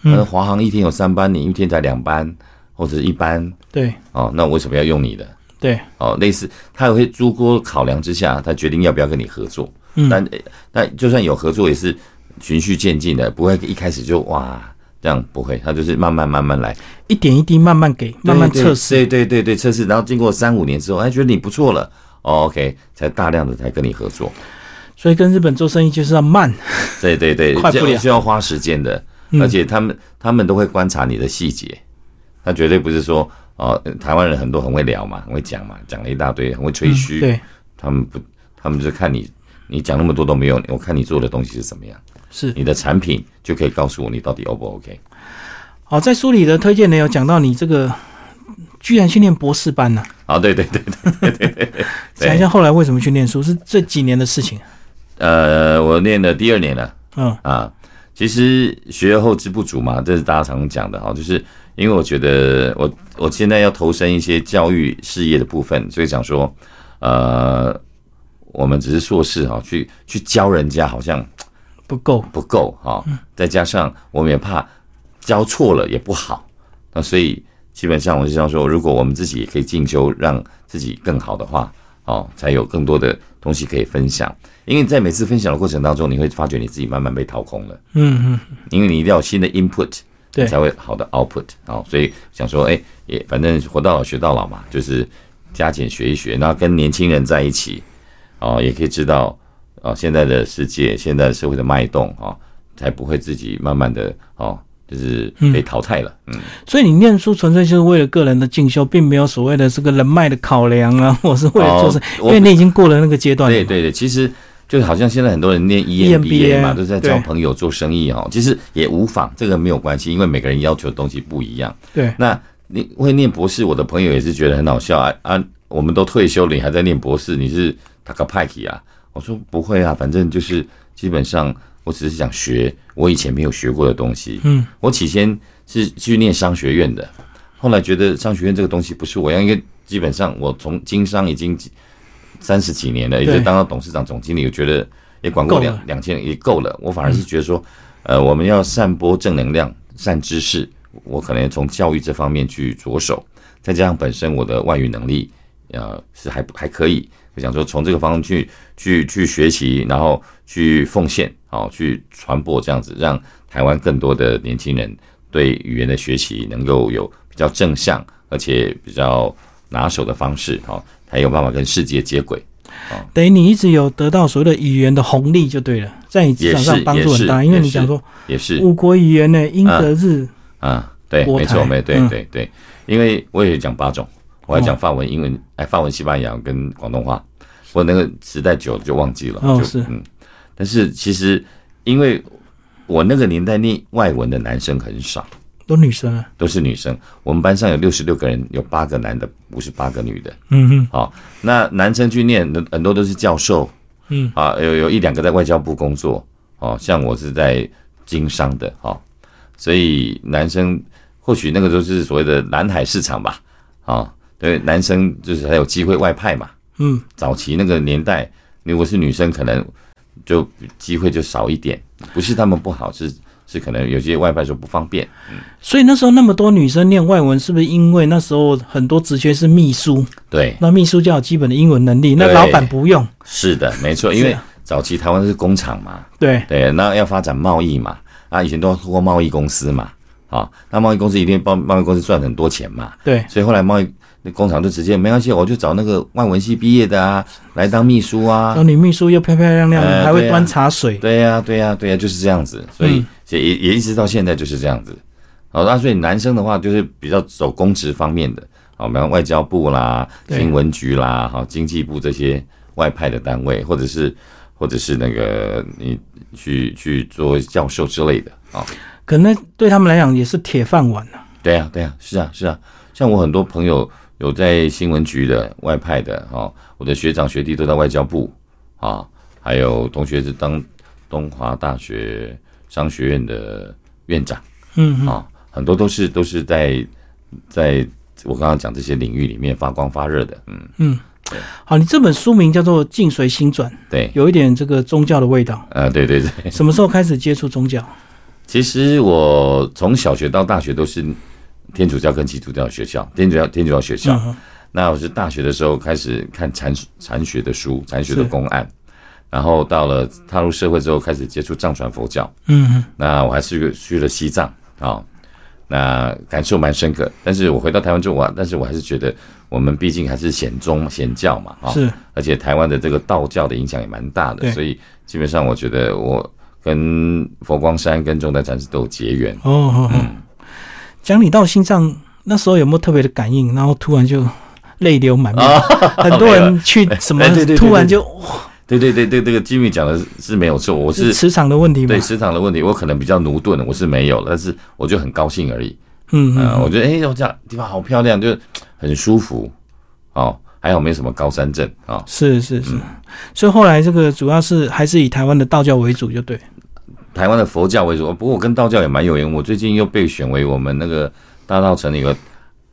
B: 那华航一天有三班，你一天才两班或者是一班
A: 对
B: 哦，那我为什么要用你的？
A: 对，
B: 哦，类似他也会诸多考量之下，他决定要不要跟你合作。
A: 嗯
B: 但呃那就算有合作，也是循序渐进的，不会一开始就哇这样，不会，他就是慢慢慢慢来，
A: 一点一滴慢慢给，慢慢
B: 对
A: 测试。。
B: 对对对对，测试，然后经过三五年之后，哎，觉得你不错了。哦、OK，才大量的才跟你合作，
A: 所以跟日本做生意就是要慢，
B: 对对对，
A: 快不
B: 这样
A: 了
B: 需要花时间的，
A: 嗯
B: 而且他们他们都会观察你的细节，他绝对不是说哦、台湾人很多很会聊嘛，很会讲嘛，讲了一大堆，很会吹嘘，
A: 嗯对，
B: 他们不，他们就是看你，你讲那么多都没有，我看你做的东西是怎么样，
A: 是。
B: 你的产品就可以告诉我你到底 O 不 OK。
A: 好，在书里的推荐呢，有讲到你这个居然去念博士班呢、
B: 啊，对对对对，对
A: 讲一下后来为什么去念书，是这几年的事情。
B: 呃，我念了第二年了
A: 嗯，
B: 啊。其实学后知不足嘛，这是大家常讲的哈，就是因为我觉得我我现在要投身一些教育事业的部分，所以想说，呃，我们只是硕士哈，去去教人家好像
A: 不够。
B: 不够哈、再加上我们也怕教错了也不好，那所以基本上我是想说，如果我们自己也可以进修，让自己更好的话，哦，才有更多的东西可以分享。因为在每次分享的过程当中，你会发觉你自己慢慢被掏空了，
A: 嗯嗯，
B: 因为你一定要有新的 input，
A: 对
B: 你才会好的 output 哦。所以想说，哎、也反正活到老学到老嘛，就是加减学一学，那跟年轻人在一起，哦，也可以知道哦现在的世界、现在社会的脉动哦，才不会自己慢慢的哦，就是被淘汰了。嗯，
A: 所以你念书纯粹就是为了个人的进修，并没有所谓的这个人脉的考量啊，或是为了做事，
B: 哦我
A: 因为你已经过了那个阶段了嘛。
B: 对对对，其实就好像现在很多人念 E EMBA
A: E
B: 嘛，都是在交
A: 对
B: 朋友、做生意哦，其实也无妨，这个没有关系，因为每个人要求的东西不一样。
A: 对
B: 那你会念博士，我的朋友也是觉得很好笑啊啊！我们都退休了，你还在念博士，你是塔克派克啊？我说不会啊，反正就是基本上我只是想学我以前没有学过的东西。
A: 嗯，
B: 我起先是去念商学院的，后来觉得商学院这个东西不是我要，因为基本上我从经商已经三十几年了，也就
A: 对
B: 当到董事长、总经理，我觉得也管过
A: 够
B: 两
A: 了嗯
B: 两千人也够了。我反而是觉得说，呃，我们要散播正能量、善知识，我可能从教育这方面去着手，再加上本身我的外语能力，呃，是还不还可以。我想说，从这个方面去去去学习，然后去奉献，哦，去传播这样子，让台湾更多的年轻人对语言的学习能够有比较正向，而且比较拿手的方式，哦，才有办法跟世界接轨。
A: 等于你一直有得到所谓的语言的红利就对了，在你职场上
B: 也是
A: 帮助很大，
B: 也是
A: 因为你讲说
B: 也是
A: 五国语言呢，英德日，
B: 啊，对，
A: 国
B: 没错，
A: 台
B: 没对
A: 嗯哦
B: 对对，因为我也讲八种，我还讲法文、英文，哎，法文、西班牙文跟广东话，我那个时代久了就忘记了，
A: 哦
B: 就是嗯，但是其实因为我那个年代念外文的男生很少，
A: 都女生啊。
B: 都是女生，我们班上有六十六个人，有八个男的，五十八个女的，
A: 嗯哼，
B: 好、那男生去念很很多都是教授，
A: 嗯
B: 啊，有有一两个在外交部工作，哦，像我是在经商的哦，所以男生或许那个都是所谓的蓝海市场吧，哦，对，男生就是还有机会外派嘛。
A: 嗯，
B: 早期那个年代，如果是女生，可能就机会就少一点，不是他们不好，是是可能有些外派就不方便。
A: 所以那时候那么多女生念外文，是不是因为那时候很多职缺是秘书？
B: 对，
A: 那秘书就要有基本的英文能力，那
B: 对
A: 老板不用。
B: 是的，没错，因
A: 是
B: 为
A: 啊
B: 早期台湾是工厂嘛，
A: 对，
B: 对，那要发展贸易嘛，啊，以前都要通过贸易公司嘛，好、那贸易公司一定帮贸易公司赚很多钱嘛，
A: 对，
B: 所以后来贸易那工厂就直接没关系，我就找那个外文系毕业的啊，来当秘书啊
A: 然，后女秘书又漂漂亮亮，
B: 呃
A: 还会
B: 对啊
A: 端茶水。
B: 对呀、对呀、对呀、就是这样子，所以
A: 嗯
B: 也、也一直到现在就是这样子。好、那所以男生的话就是比较走公职方面的，好、比方外交部啦、
A: 对
B: 新闻局啦、好、经济部这些外派的单位，或者是或者是那个你去去做教授之类的啊、
A: 可能对他们来讲也是铁饭碗啊。
B: 对呀、对呀、是啊，是啊。像我很多朋友有在新闻局的、外派的，哦，我的学长学弟都在外交部啊、还有同学是当东华大学商学院的院长
A: 嗯
B: 啊、
A: 嗯，
B: 很多都是都是在在我刚刚讲这些领域里面发光发热的，嗯，
A: 好，你这本书名叫做《境随心转》，
B: 对，
A: 有一点这个宗教的味道。
B: 呃，对对对。
A: 什么时候开始接触宗教？
B: 其实我从小学到大学都是天主教跟基督教学校，天主教天主教学校。
A: 嗯哼
B: 那我是大学的时候开始看禅禅学的书，禅学的
A: 是
B: 公案，然后到了踏入社会之后，开始接触藏传佛教。
A: 嗯哼，
B: 那我还是去了西藏啊、那感受蛮深刻。但是我回到台湾之后，我但是我还是觉得我们毕竟还是显宗显教嘛，啊、
A: 是
B: 而且台湾的这个道教的影响也蛮大的，
A: 对
B: 所以基本上我觉得我跟佛光山跟中台禅师都有结缘。
A: 哦哦哦。
B: 嗯
A: 讲你到心脏那时候有没有特别的感应？然后突然就泪流满面，很多 人去什么
B: 啊哎对对对，对
A: 突然就
B: 对对对对，这个 Jimmy 讲的是是没有错，我是
A: 是磁场的问题嘛
B: 对？市场的问题，我可能比较驽钝，我是没有，但是我就很高兴而已。
A: 嗯
B: 嗯、
A: 嗯，
B: 我觉得哎，诶我这样地方好漂亮，就是很舒服哦。还好没什么高山症啊、哦，
A: 是是是。所以后来这个主要是还是以台湾的道教为主，就对。
B: 台湾的佛教为主，不过我跟道教也蛮有缘。我最近又被选为我们那个大稻城有个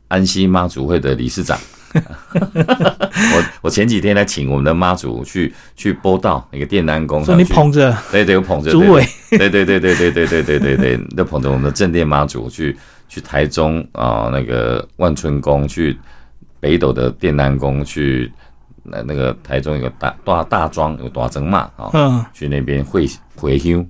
B: 安溪妈祖会的理 事长。我我前几天来请我们的妈祖去去播道那个电南宫，
A: 所以你
B: 上去
A: 捧着
B: 对对，我捧着
A: 主
B: 对
A: 委，
B: 对对对对对对对对对 对，那捧着我们的正殿妈祖去去台中啊、那个万春宫，去北斗的电南宫，去那那个台中有个大大大庄有大庄嘛啊、
A: 嗯，
B: 去那边会回乡，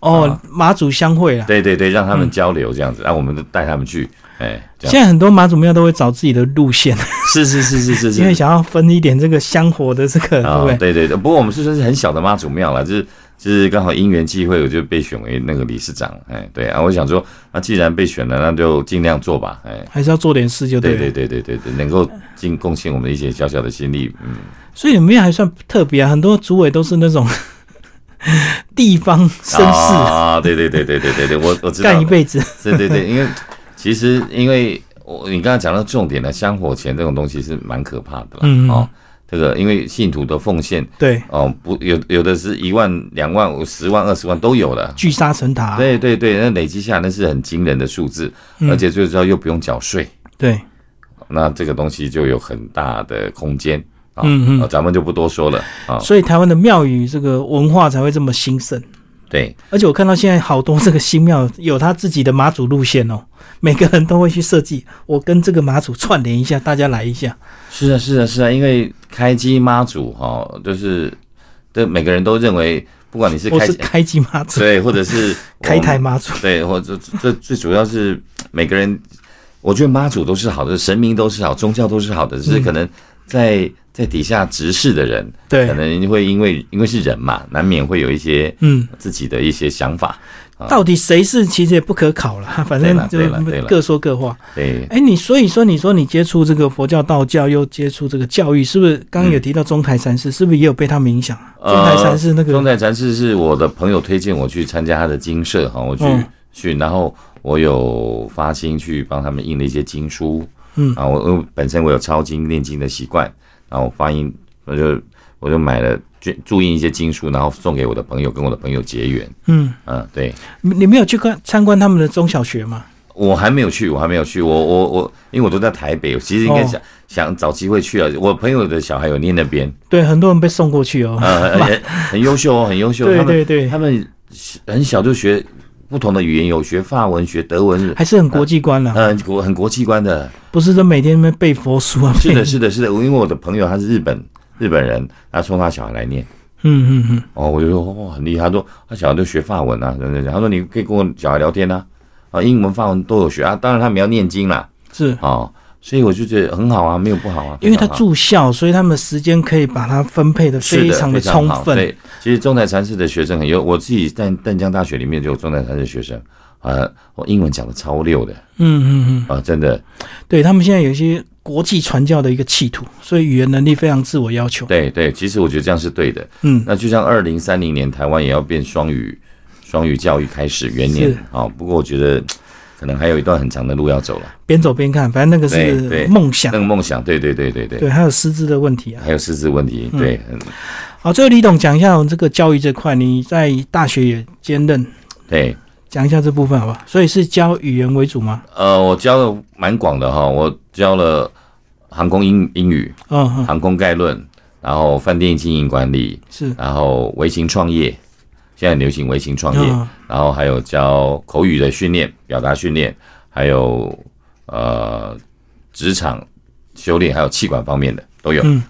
A: 哦，马祖相会啊啦。
B: 啊对对对，让他们交流这样子，啊，我们就带他们去，哎，这
A: 现
B: 样
A: 在很多马祖庙都会找自己的路线，
B: 是是是是是
A: 因为
B: 是，
A: 想要分一点这个香火的这个，对
B: 啊
A: 不对？
B: 对对对，不过我们是算是很小的妈祖庙了，就是。就是刚好因缘际会，我就被选为那个理事长。哎，对啊，我想说，那、既然被选了，那就尽量做吧。哎，
A: 还是要做点事就
B: 对
A: 了。
B: 对对对对对，能够尽贡献我们一些小小的心力，嗯，
A: 所以里面还算特别啊，很多主委都是那种 地方绅士，
B: 啊，对对对对对对对，我我知道
A: 干、一，辈 子。
B: 对对对，因为其实因为我你刚才讲到重点了，香火钱这种东西是蛮可怕的啦，
A: 嗯
B: 哦，这个因为信徒的奉献
A: 对，
B: 哦，不有有的是一万、两万、五十万、二十万都有了。
A: 聚沙成塔。
B: 对对对，那累积下来那是很惊人的数字，
A: 嗯
B: 而且最主要又不用缴税，
A: 对，
B: 那这个东西就有很大的空间啊、
A: 嗯嗯
B: 哦咱们就不多说了啊、
A: 所以台湾的庙宇这个文化才会这么兴盛。
B: 对，
A: 而且我看到现在好多这个新庙有他自己的马祖路线哦，每个人都会去设计，我跟这个马祖串联一下，大家来一下。
B: 是啊，是啊，是啊，因为开机妈祖哈、哦，就是对每个人都认为，不管你是
A: 我
B: 开
A: 是开机马祖，
B: 对，或者是
A: 开台
B: 我们
A: 马祖。
B: 对，或者这这最主要是每个人，我觉得妈祖都是好的，神明都是好，宗教都是好
A: 嗯
B: 的，只是可能在、在底下执事的人，可
A: 对，
B: 能会因为因为是人嘛，难免会有一些
A: 嗯，
B: 自己的一些想法。
A: 到底谁是其实也不可考了，反正就
B: 哦对啦对啦对啦
A: 各说各话。
B: 对，
A: 哎，你所以说，你说你接触这个佛教、道教，又接触这个教育，是不是？刚刚
B: 嗯
A: 有提到中台禅师，是不是也有被他们影响啊？中台禅师那
B: 呃中
A: 个，
B: 台禅师是我的朋友推荐我去参加他的经社哈，我去、
A: 嗯
B: 去，然后我有发心去帮他们印了一些经书，
A: 嗯
B: 啊，我我本身我有抄经念经的习惯，然后发音我就。我就买了捐注印一些经书，然后送给我的朋友，跟我的朋友结缘。
A: 嗯，
B: 嗯，对
A: 你你没有去看参观他们的中小学吗？
B: 我还没有去，我还没有去，我我我，因为我都在台北，我其实应该
A: 哦
B: 想、想找机会去啊。我朋友的小孩有念那边，
A: 对，很多人被送过去哦。
B: 呃， 很很优秀哦，很优秀。
A: 对
B: 他们
A: 对对
B: 他们很小就学不同的语言，有学法文、学德 文，
A: 还是很国际观了、
B: 呃很国很国际观的。
A: 不是说每天在那边背佛书啊。
B: 是
A: 背
B: 的，是的，是的。因为我的朋友他是日本日本人，他送他小孩来念。
A: 嗯嗯嗯，
B: 哦，我就说哇、很厉害。他说他小孩都学法文啊，等等等。他说你可以跟我小孩聊天啊，啊，英文、法文都有学啊。当然他们要念经啦，
A: 是
B: 哦，所以我就觉得很好啊，没有不好啊。
A: 因为他
B: 非常好
A: 住校，所以他们的时间可以把它分配的
B: 是
A: 非
B: 的
A: 常的
B: 非
A: 充
B: 好
A: 分。
B: 对，其实中台禅师的学生很优，我自己在淡江大学里面就有中台禅师学生，呃，我英文讲的超溜的
A: 嗯嗯
B: 啊、真的，
A: 嗯，对他们现在有一些国际传教的一个企图，所以语言能力非常自我要求。
B: 对对，其实我觉得这样是对的。
A: 嗯，
B: 那就像二零三零年台湾也要变双语，双语教育开始元年
A: 是
B: 啊、不过我觉得可能还有一段很长的路要走了。
A: 边走边看，反正那个
B: 对
A: 是
B: 对
A: 梦想啊
B: 那。个梦想，对对对对对，
A: 对，还有师资的问题啊。
B: 还有师资问题，对，嗯，
A: 好，最后李董讲一下我们这个教育这块，你在大学也兼任，
B: 对。
A: 讲一下这部分好不好？所以是教语言为主吗？
B: 呃，我教的蛮广的哈，我教了航空英英语、
A: 嗯嗯，
B: 航空概论，然后饭店经营管理，
A: 是。
B: 然后微型创业，现在很流行微型创业，
A: 嗯，
B: 然后还有教口语的训练、表达训练，还有呃职场修炼，还有气管方面的都有。
A: 嗯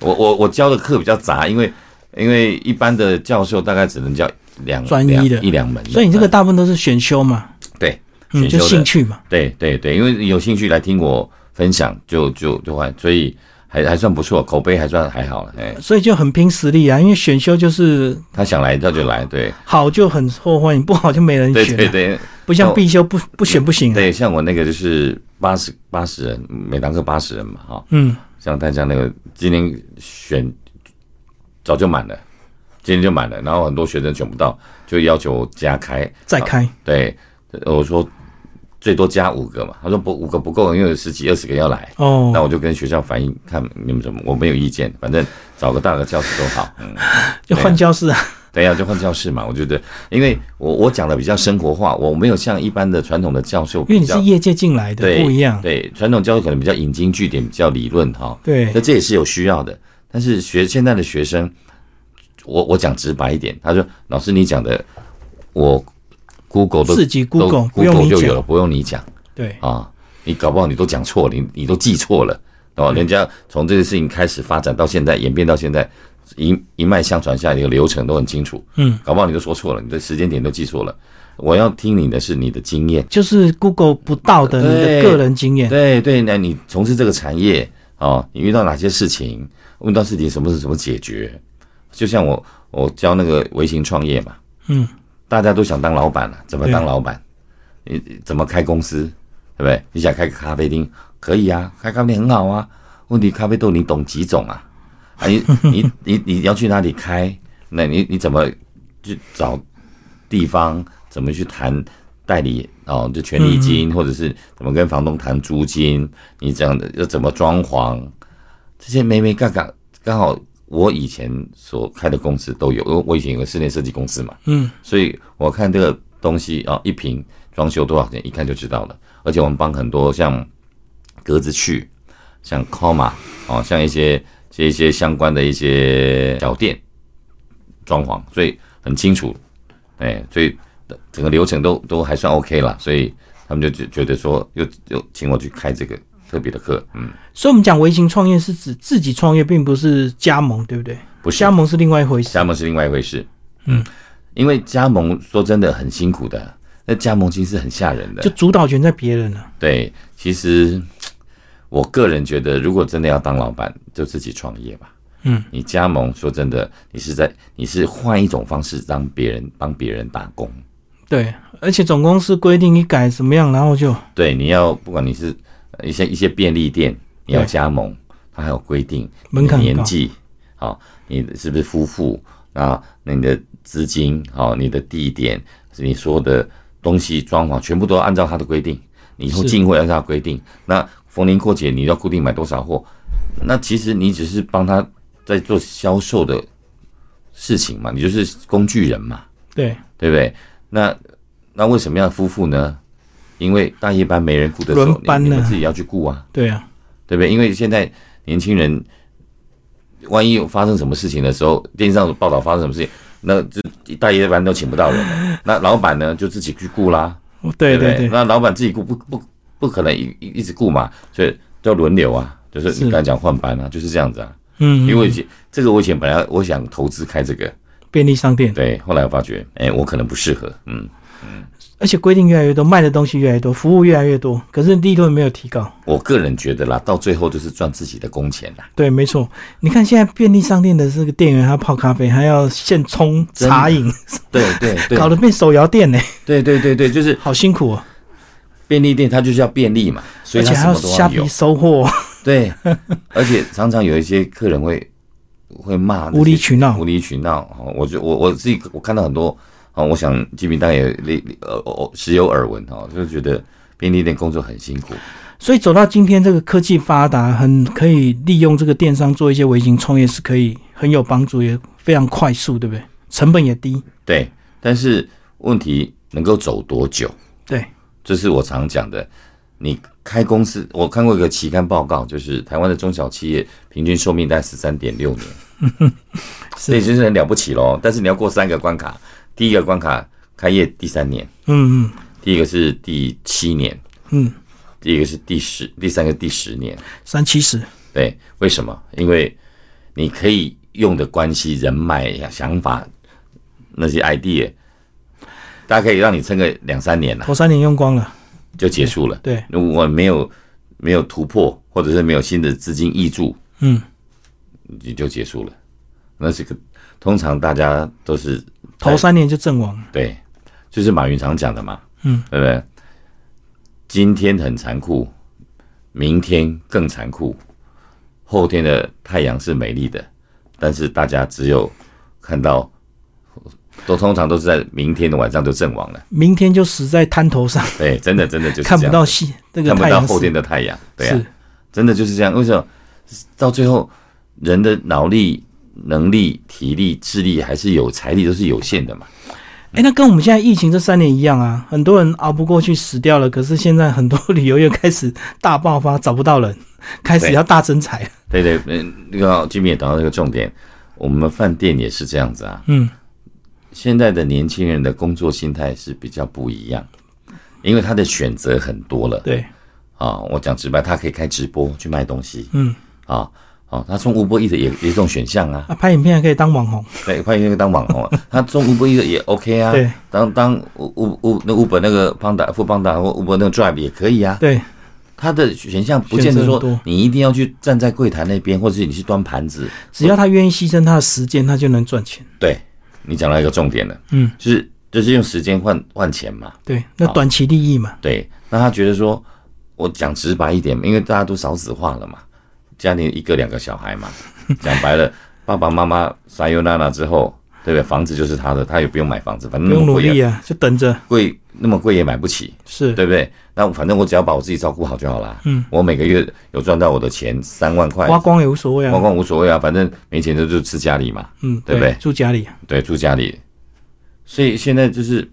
B: 我我我教的课比较杂，因为因为一般的教授大概只能教两
A: 专一的
B: 两一两门，
A: 所以你这个大部分都是选修嘛，
B: 对
A: 嗯，
B: 选修
A: 就
B: 的
A: 兴趣嘛。
B: 对对对，因为有兴趣来听我分享，就就就换，所以还还算不错，口碑还算还好了。哎，
A: 所以就很拼实力啊，因为选修就是
B: 他想来他就来，对
A: 好就很受欢迎，不好就没人
B: 对
A: 选、啊，
B: 对对
A: 不像必修不不选不行、啊。
B: 对，像我那个就是八十八十人，每堂课八十人嘛，哈、
A: 嗯，
B: 像大家那个今天选早就满了，今天就满了，然后很多学生选不到，就要求加开，
A: 再开，
B: 对，我说最多加五个嘛，他说不五个不够，因为有十几二十个要来。那
A: 哦，
B: 我就跟学校反映，看你们怎么，我没有意见，反正找个大的教室都好。嗯，
A: 就换教室啊。
B: 对呀、就换教室嘛。我觉得，因为我我讲的比较生活化，我没有像一般的传统的教授
A: 因为
B: 比
A: 你是
B: 较
A: 业界进来的，
B: 对
A: 不一样。
B: 对，传统教授可能比较引经据典，比较理论哈。那
A: 对，
B: 这也是有需要的。但是学现在的学生，我我讲直白一点，他说老师你讲的，我 Google 都
A: 自己
B: 都
A: Google 不用
B: Google
A: 你
B: 就有了，
A: 讲。
B: 不用你讲。
A: 对，
B: 啊，你搞不好你都讲错了，你你都记错了，哦，人家从这个事情开始发展到现在，演变到现在，一一脉相传下来，这个流程都很清楚，
A: 嗯，
B: 搞不好你都说错了，你的时间点都记错了。我要听你的是你的经验，
A: 就是 Google 不到的你的
B: 对
A: 个人经验。
B: 对对，那你从事这个产业哦，你遇到哪些事情？问到事情什么是怎么解决？就像我我教那个微型创业嘛，
A: 嗯，
B: 大家都想当老板了、怎么
A: 对
B: 当老板？你你怎么开公司？对不对？你想开个咖啡厅，可以啊，开咖啡厅很好啊。问题咖啡豆你懂几种啊？啊，你你你你要去哪里开？那你你怎么去找地方？怎么去谈代理哦？就权利金，或者是怎么跟房东谈租金？你这样的要怎么装潢？这些没没嘎嘎，刚好我以前所开的公司都有，我我以前有个室内设计公司嘛，
A: 嗯，
B: 所以我看这个东西啊，一瓶装修多少钱，一看就知道了。而且我们帮很多像格子去，像 Comma 哦，像一些这一些相关的一些小店装潢，所以很清楚，哎，所以整个流程都都还算 OK 啦，所以他们就觉觉得说，又又请我去开这个特别的课，嗯，
A: 所以我们讲微型创业是指自己创业，并不是加盟，对不对？
B: 不是
A: 加盟是另外一回事
B: 加。盟是另外一回事。嗯，因为加盟说真的很辛苦的，那加盟金是很吓人
A: 就
B: 的。
A: 主导权在别人了、
B: 对，其实我个人觉得，如果真的要当老板，就自己创业吧。
A: 嗯，
B: 你加盟说真的，你是在你是换一种方式让别人帮别人打工。
A: 对，而且总公司规定你改怎么样，然后就
B: 对，你要不管你是呃一些一些便利店，你要
A: 对
B: 加盟，它还有规定，
A: 门槛
B: 你
A: 很
B: 的
A: 高
B: 年。纪，好、你是不是夫妇啊？那你的资金，好、你的地点，是你所有的东西装潢，全部都要按照他的规定。你以后
A: 是
B: 进货要按照他的规定，那逢年过节你要固定买多少货，那其实你只是帮他在做销售的事情嘛，你就是工具人嘛，
A: 对，
B: 对不对？那那为什么要夫妇呢？因为大夜班没人顾得
A: 轮
B: 走，你
A: 班
B: 你们
A: 呢
B: 自己要去顾啊，
A: 对啊，
B: 对不对？因为现在年轻人，万一有发生什么事情的时候，电视上报道发生什么事情，那这大夜班都请不到人 了，那老板呢就自己去顾啦，
A: 我对
B: 不
A: 对对，
B: 那老板自己顾不不不可能一一一直顾嘛，所以叫轮流啊，就是
A: 是
B: 你刚才讲换班啊，就是这样子啊。
A: 嗯，
B: 因为我以前这个我以前本来我想投资开这个，
A: 便利商店，
B: 对，后来我发觉，哎，我可能不适合，嗯，
A: 而且规定越来越多，卖的东西越来越多，服务越来越多，可是利润没有提高。
B: 我个人觉得啦，到最后就是赚自己的工钱啦。
A: 对，没错。你看现在便利商店的这个店员，他泡咖啡还要现冲
B: 真的
A: 茶饮，
B: 对对 对
A: 搞得变手摇店呢，
B: 对对对对，就是
A: 好辛苦哦。
B: 便利店它就是要便利嘛， 所
A: 而
B: 以它
A: 且还
B: 什
A: 要
B: 么都
A: 虾
B: 有
A: 皮。收货，
B: 对，而且常常有一些客人会会骂那些
A: 无理取闹
B: 无理取闹。哦我就我我自己我看到很多啊、哦我想基本大概也类呃呃时有耳闻哦，就觉得便利店工作很辛苦。
A: 所以走到今天，这个科技发达，很可以利用这个电商做一些微型创业，是可以很有帮助，也非常快速，对不对？成本也低，
B: 对，但是问题能够走多久？
A: 对，
B: 这是我常讲的。你开公司，我看过一个期刊报告，就是台湾的中小企业平均寿命大概十三点六年，这已经是很了不起喽。但是你要过三个关卡，第一个关卡开业第三年，
A: 嗯嗯
B: 第一个是第七年，
A: 嗯，
B: 第一个是第十，第三个第十年。
A: 三七十，
B: 对，为什么？因为你可以用的关系、人脉呀、想法那些 idea，大家可以让你撑个两三年啦，
A: 头三年用光了，
B: 就结束了。
A: 对，
B: 如果没有没有突破，或者是没有新的资金挹注，
A: 嗯，
B: 你就结束了。那是个通常大家都是
A: 头三年就阵亡了，
B: 对，就是马云常讲的嘛，
A: 嗯，
B: 对不对？今天很残酷，明天更残酷，后天的太阳是美丽的，但是大家只有看到，都通常都是在明天的晚上就阵亡了。
A: 明天就死在滩头上，
B: 对，真的真的就是
A: 看
B: 这
A: 不
B: 样
A: 到西那个
B: 看不
A: 太
B: 到
A: 阳
B: 后
A: 是，
B: 天的太阳，对啊，
A: 是
B: 真的就是这样。为什么到最后人的脑力、能力、体力、智力还是有财力都是有限的嘛？
A: 哎、那跟我们现在疫情这三年一样啊，很多人熬不过去死掉了，可是现在很多旅游业开始大爆发，找不到人，开始
B: 对
A: 要大增财。
B: 对对，嗯，那个居民也达到这个重点。我们饭店也是这样子啊。
A: 嗯，
B: 现在的年轻人的工作心态是比较不一样，因为他的选择很多了
A: 对，
B: 啊。我讲直白，他可以开直播去卖东西
A: 嗯，
B: 啊。哦，他送吴波一的也也是一种选项啊，
A: 啊，拍影片还可以当网红，
B: 对，欢迎那个当网红啊， 他送吴波一的也 OK 啊。
A: 对
B: 当当乌乌乌那 Uber 那个邦达富邦达或 Uber 那个 Drive 也可以啊。
A: 对，
B: 它的选项不见
A: 选
B: 得
A: 择很
B: 说
A: 多
B: 你一定要去站在柜台那边，或者是你去端盘子。
A: 只要他愿意牺牲他的时间，他就能赚钱。
B: 对你讲到一个重点了，
A: 嗯，
B: 就是就是用时间换换钱嘛。
A: 对，那短期利益嘛，
B: 对，那他觉得说，我讲直白一点，因为大家都少子化了嘛，家里一个两个小 孩嘛，讲白了，爸爸妈妈撒尤娜娜之后，对不对？房子就是他的，他也不用买房子，反
A: 不
B: 正那
A: 用努
B: 么贵
A: 力
B: 也
A: 啊，就等着。
B: 贵那么贵也买不起，
A: 是，
B: 对不对？那反正我只要把我自己照顾好就好啦。
A: 嗯，
B: 我每个月有赚到我的钱三万块，
A: 花光也无所谓
B: 花
A: 啊。
B: 光无所谓啊，反正没钱就就吃家里嘛。
A: 嗯，
B: 对不对
A: 住家里，
B: 对，住家里。所以现在就是，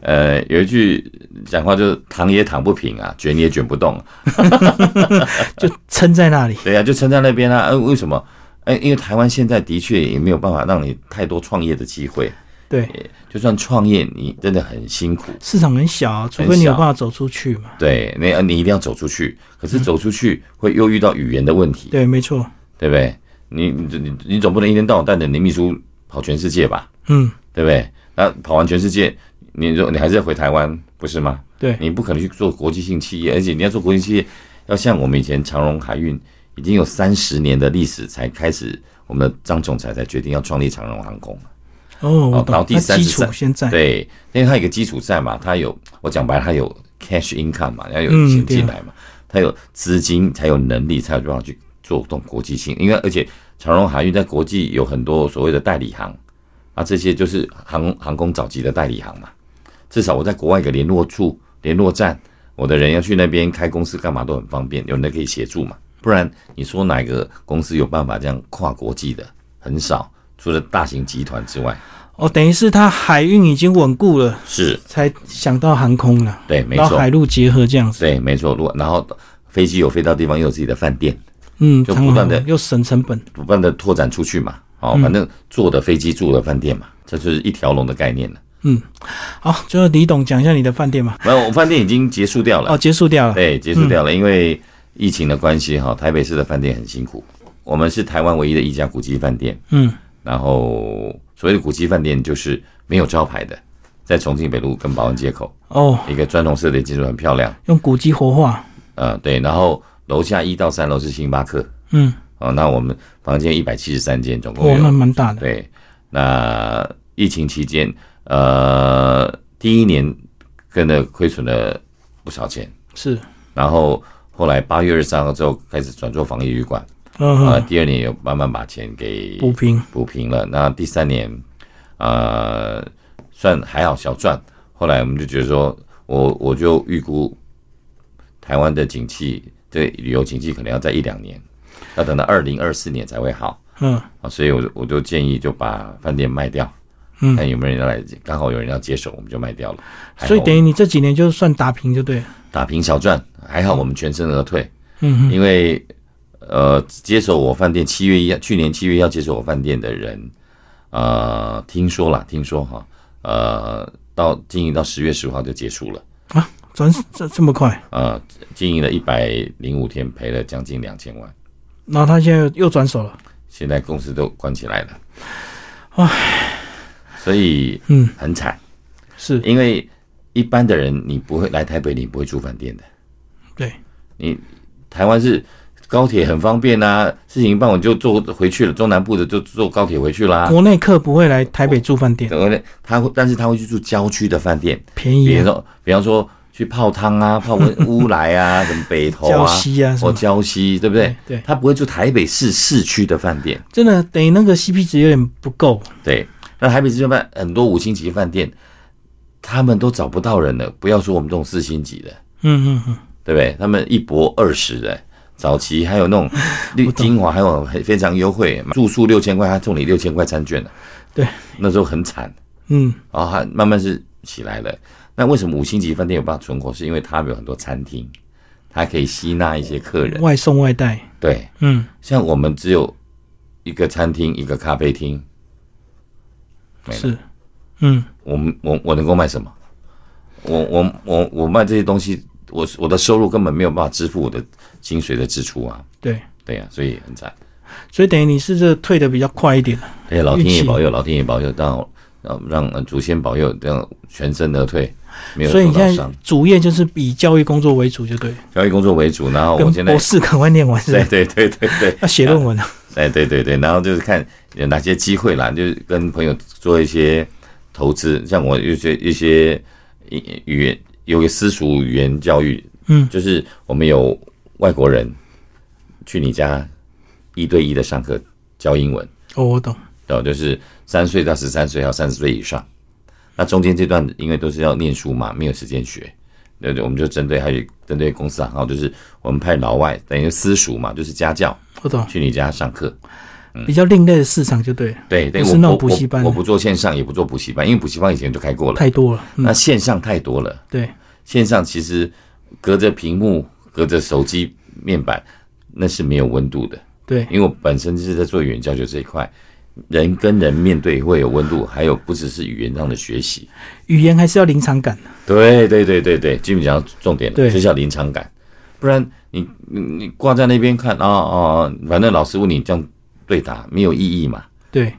B: 呃，有一句讲话就是“躺也躺不平啊，卷也卷不动
A: 就
B: 呃
A: 撑在那里”。。
B: 对呀、就撑在那边啊。呃，为什么？哎、因为台湾现在的确也没有办法让你太多创业的机会。
A: 对，
B: 就算创业，你真的很辛苦。
A: 市场很小啊，除非你有
B: 小
A: 办法走出去嘛。
B: 对，那呃你一定要走出去。可是走出去会又遇到语言的问题，
A: 对，没错。
B: 对不对？你你你你总不能一天到晚带着你的秘书跑全世界吧？
A: 嗯，
B: 对不对？那跑完全世界，你说你还是要回台湾，不是吗？
A: 对，
B: 你不可能去做国际性企业，而且你要做国际企业，要像我们以前长荣海运已经有三十年的历史，才开始我们的张总裁才决定要创立长荣航空。
A: 哦，我
B: 哦然后
A: 懂。
B: 第
A: 那
B: 33
A: 基础先在，
B: 对，因为它有一个基础在嘛，它有我讲白了，它有 cash income 嘛，要有
A: 嗯
B: 钱
A: 对啊
B: 进来嘛，它有资金才有能力才有办法去做动国际性。因为而且长荣海运在国际有很多所谓的代理行，啊，这些就是航空航空早期的代理行嘛。至少我在国外有个联络处、联络站，我的人要去那边开公司干嘛都很方便，有人可以协助嘛。不然你说哪个公司有办法这样跨国际的？很少，除了大型集团之外，
A: 哦，等于是它海运已经稳固了，
B: 是
A: 才想到航空了，
B: 对，没
A: 然后
B: 错，
A: 海陆结合这样子。
B: 对，没错。如果然后飞机有飞到地方，又有自己的饭店，
A: 嗯，
B: 就
A: 长
B: 不断地
A: 航又省成本。
B: 不断的拓展出去嘛。哦，
A: 嗯
B: 反正坐的飞机，住的饭店嘛，这就是一条龙的概念了。
A: 好，最后李董讲一下你的饭店嘛。
B: 没有，我饭店已经结束掉了
A: 哦，。嗯结束掉了。
B: 对，结束掉了，因为疫情的关系哈，台北市的饭店很辛苦。我们是台湾唯一的一家古迹饭店，
A: 嗯，
B: 然后所谓的古迹饭店就是没有招牌的，在重庆北路跟保安街口
A: 哦，
B: 一个砖红色的建筑很漂亮，
A: 用古迹活化。
B: 呃，对，然后楼下一到三楼是星巴克，
A: 嗯，
B: 哦，那我们房间一百七十三间，总共
A: 哦，那
B: 有
A: 蛮大的。
B: 对，那疫情期间，呃，第一年跟着亏损了不少钱。
A: 是，
B: 然后后来八月二十三号之后开始转做防疫旅馆，
A: 嗯
B: 啊、
A: 哼，
B: 第二年有慢慢把钱给
A: 补平。
B: 补平了。那第三年，呃，算还好小赚。后来我们就觉得说，我我就预估台湾的景气，这旅游景气可能要在一两年，要等到二零二四年才会好
A: 嗯，
B: 啊。所以我就我就建议就把饭店卖掉，
A: 嗯
B: 看有没有人要来，刚好有人要接手，我们就卖掉了。还好
A: 所以等
B: 我
A: 于
B: 们
A: 你这几年就算打平就对了。
B: 打平小赚，还好我们全身而退。
A: 嗯哼，
B: 因为呃，接手我饭店七月一，去年七月要接手我饭店的人，呃，听说啦，听说哈，呃，到经营到十月十五号就结束了，
A: 啊转这这么快，
B: 呃，经营了一百零五天，赔了将近两千万，
A: 然后他现在又转手了。
B: 现在公司都关起来了，所以
A: 嗯，
B: 很惨，
A: 是
B: 因为一般的人你不会来台北，你不会住饭店的，
A: 对，
B: 你台湾是。高铁很方便啊，事情一办我就坐回去了，中南部的就坐高铁回去啦、
A: 国内客不会来台北住饭店，
B: 等会他会，但是他会去住郊区的饭店，
A: 便
B: 比
A: 宜
B: 如
A: 啊，
B: 说，比方说去泡 汤啊、泡温乌来啊、什么北投
A: 礁
B: 啊、
A: 溪啊什
B: 或
A: 么。嗯
B: 礁溪，对不对？
A: 对对
B: 他不会住台北市市区的饭店。
A: 真的等于那个 CP 值有点不够。
B: 对，那台北市饭很多五星级饭店，他们都找不到人了，不要说我们这种四星级的，
A: 嗯嗯嗯，
B: 对不对？他们一博二十的。早期还有那种绿精华，还有很非常优惠，住宿六千块，他送你六千块餐券呢、
A: 对，
B: 那时候很惨。
A: 嗯，
B: 然后它慢慢是起来了。那为什么五星级饭店有办法存活？是因为它有很多餐厅，它可以吸纳一些客人。
A: 外送外带，
B: 对，
A: 嗯，
B: 像我们只有一个餐厅、一个咖啡厅，没了
A: 是，嗯，
B: 我们我我能够卖什么？我我我我卖这些东西，我我的收入根本没有办法支付我的薪水的支出啊。
A: 对，
B: 对呀、所以很惨。
A: 所以等于你是这退的比较快一点了。
B: 哎，老天
A: 运
B: 爷
A: 气
B: 保佑，老天爷保佑，让让让祖先保佑，让全身而退，没有
A: 所以
B: 受
A: 你
B: 到
A: 现在
B: 伤。
A: 主业就是以教育工作为主，就对了，
B: 教育工作为主，然哦后我
A: 跟
B: 现在
A: 博士 赶快念完是
B: 对
A: 吧？
B: 对对对对，
A: 要写论文啊了。
B: 哎对对对，然后就是看有哪些机会啦，就是跟朋友做一些投资，像我有些一些语语言有个私塾语言教育，
A: 嗯，
B: 就是我们有外国人去你家一对一的上课教英文，
A: 哦，我懂。
B: 对吧，就是三岁到十三岁，还有三十岁以上。那中间这段因为都是要念书嘛，没有时间学，对对，我们就针对还有针对公司行号，就是我们派老外等于私塾嘛，就是家教，
A: 我懂，
B: 去你家上课。
A: 比较另类的市场就对了，
B: 对，对
A: 不是
B: 我
A: 那种
B: 我
A: 补习班
B: 我，我不做线上，也不做补习班，因为补习班以前就开过了。
A: 太多了。嗯，
B: 那线上太多了，
A: 对，
B: 线上其实隔着屏幕、隔着手机面板，那是没有温度的。
A: 对，
B: 因为我本身就是在做语言教学这一块，人跟人面对会有温度，还有不只是语言上的学习。
A: 语言还是要临场感。
B: 对对对对对，基本上重点了，
A: 对
B: 就叫临场感，不然你你你挂在那边看啊啊、啊反正老师问你这样对答没有意义嘛。
A: 对，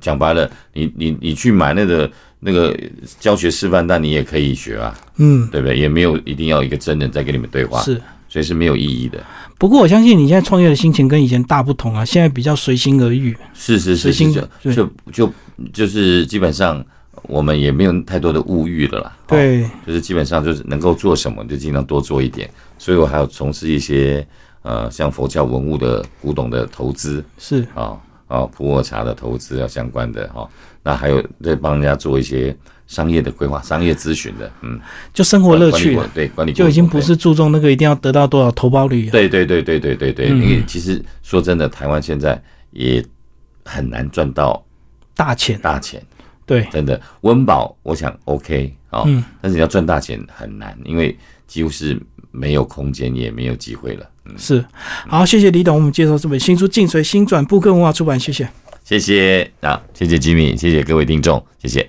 B: 讲白了，你你你去买那个那个教学示范蛋，你也可以学啊，
A: 嗯，
B: 对不对？也没有一定要一个真人在跟你们对话，
A: 是。
B: 所以是没有意义的。
A: 不过我相信你现在创业的心情跟以前大不同啊，现在比较随心而欲。
B: 是是是
A: 随
B: 是，
A: 心
B: 就
A: 对
B: 就就就是基本上我们也没有太多的物欲了啦。哦，
A: 对，
B: 就是基本上就是能够做什么就尽量多做一点。所以我还有从事一些呃像佛教文物的古董的投资
A: 是
B: 啊、哦，普洱茶的投资啊相关的哈、哦，那还有在帮人家做一些商业的规划、商业咨询的，嗯，
A: 就生活乐趣
B: 管理顾问对管理顾
A: 就
B: 问
A: 已经不是注重那个一定要得到多少投报率了。
B: 对对对对对对
A: 嗯
B: 对，因为其实说真的，台湾现在也很难赚到
A: 大钱，
B: 大钱，
A: 对
B: 真的温饱我想 OK 哦，但是你要赚大钱很难，因为几乎是没有空间，也没有机会了。
A: 是。
B: 嗯
A: 好，谢谢李董，我们介绍这本新书《进水新转》，布克文化出版，谢谢。
B: 谢谢啊，谢谢吉米，谢谢各位听众，谢谢。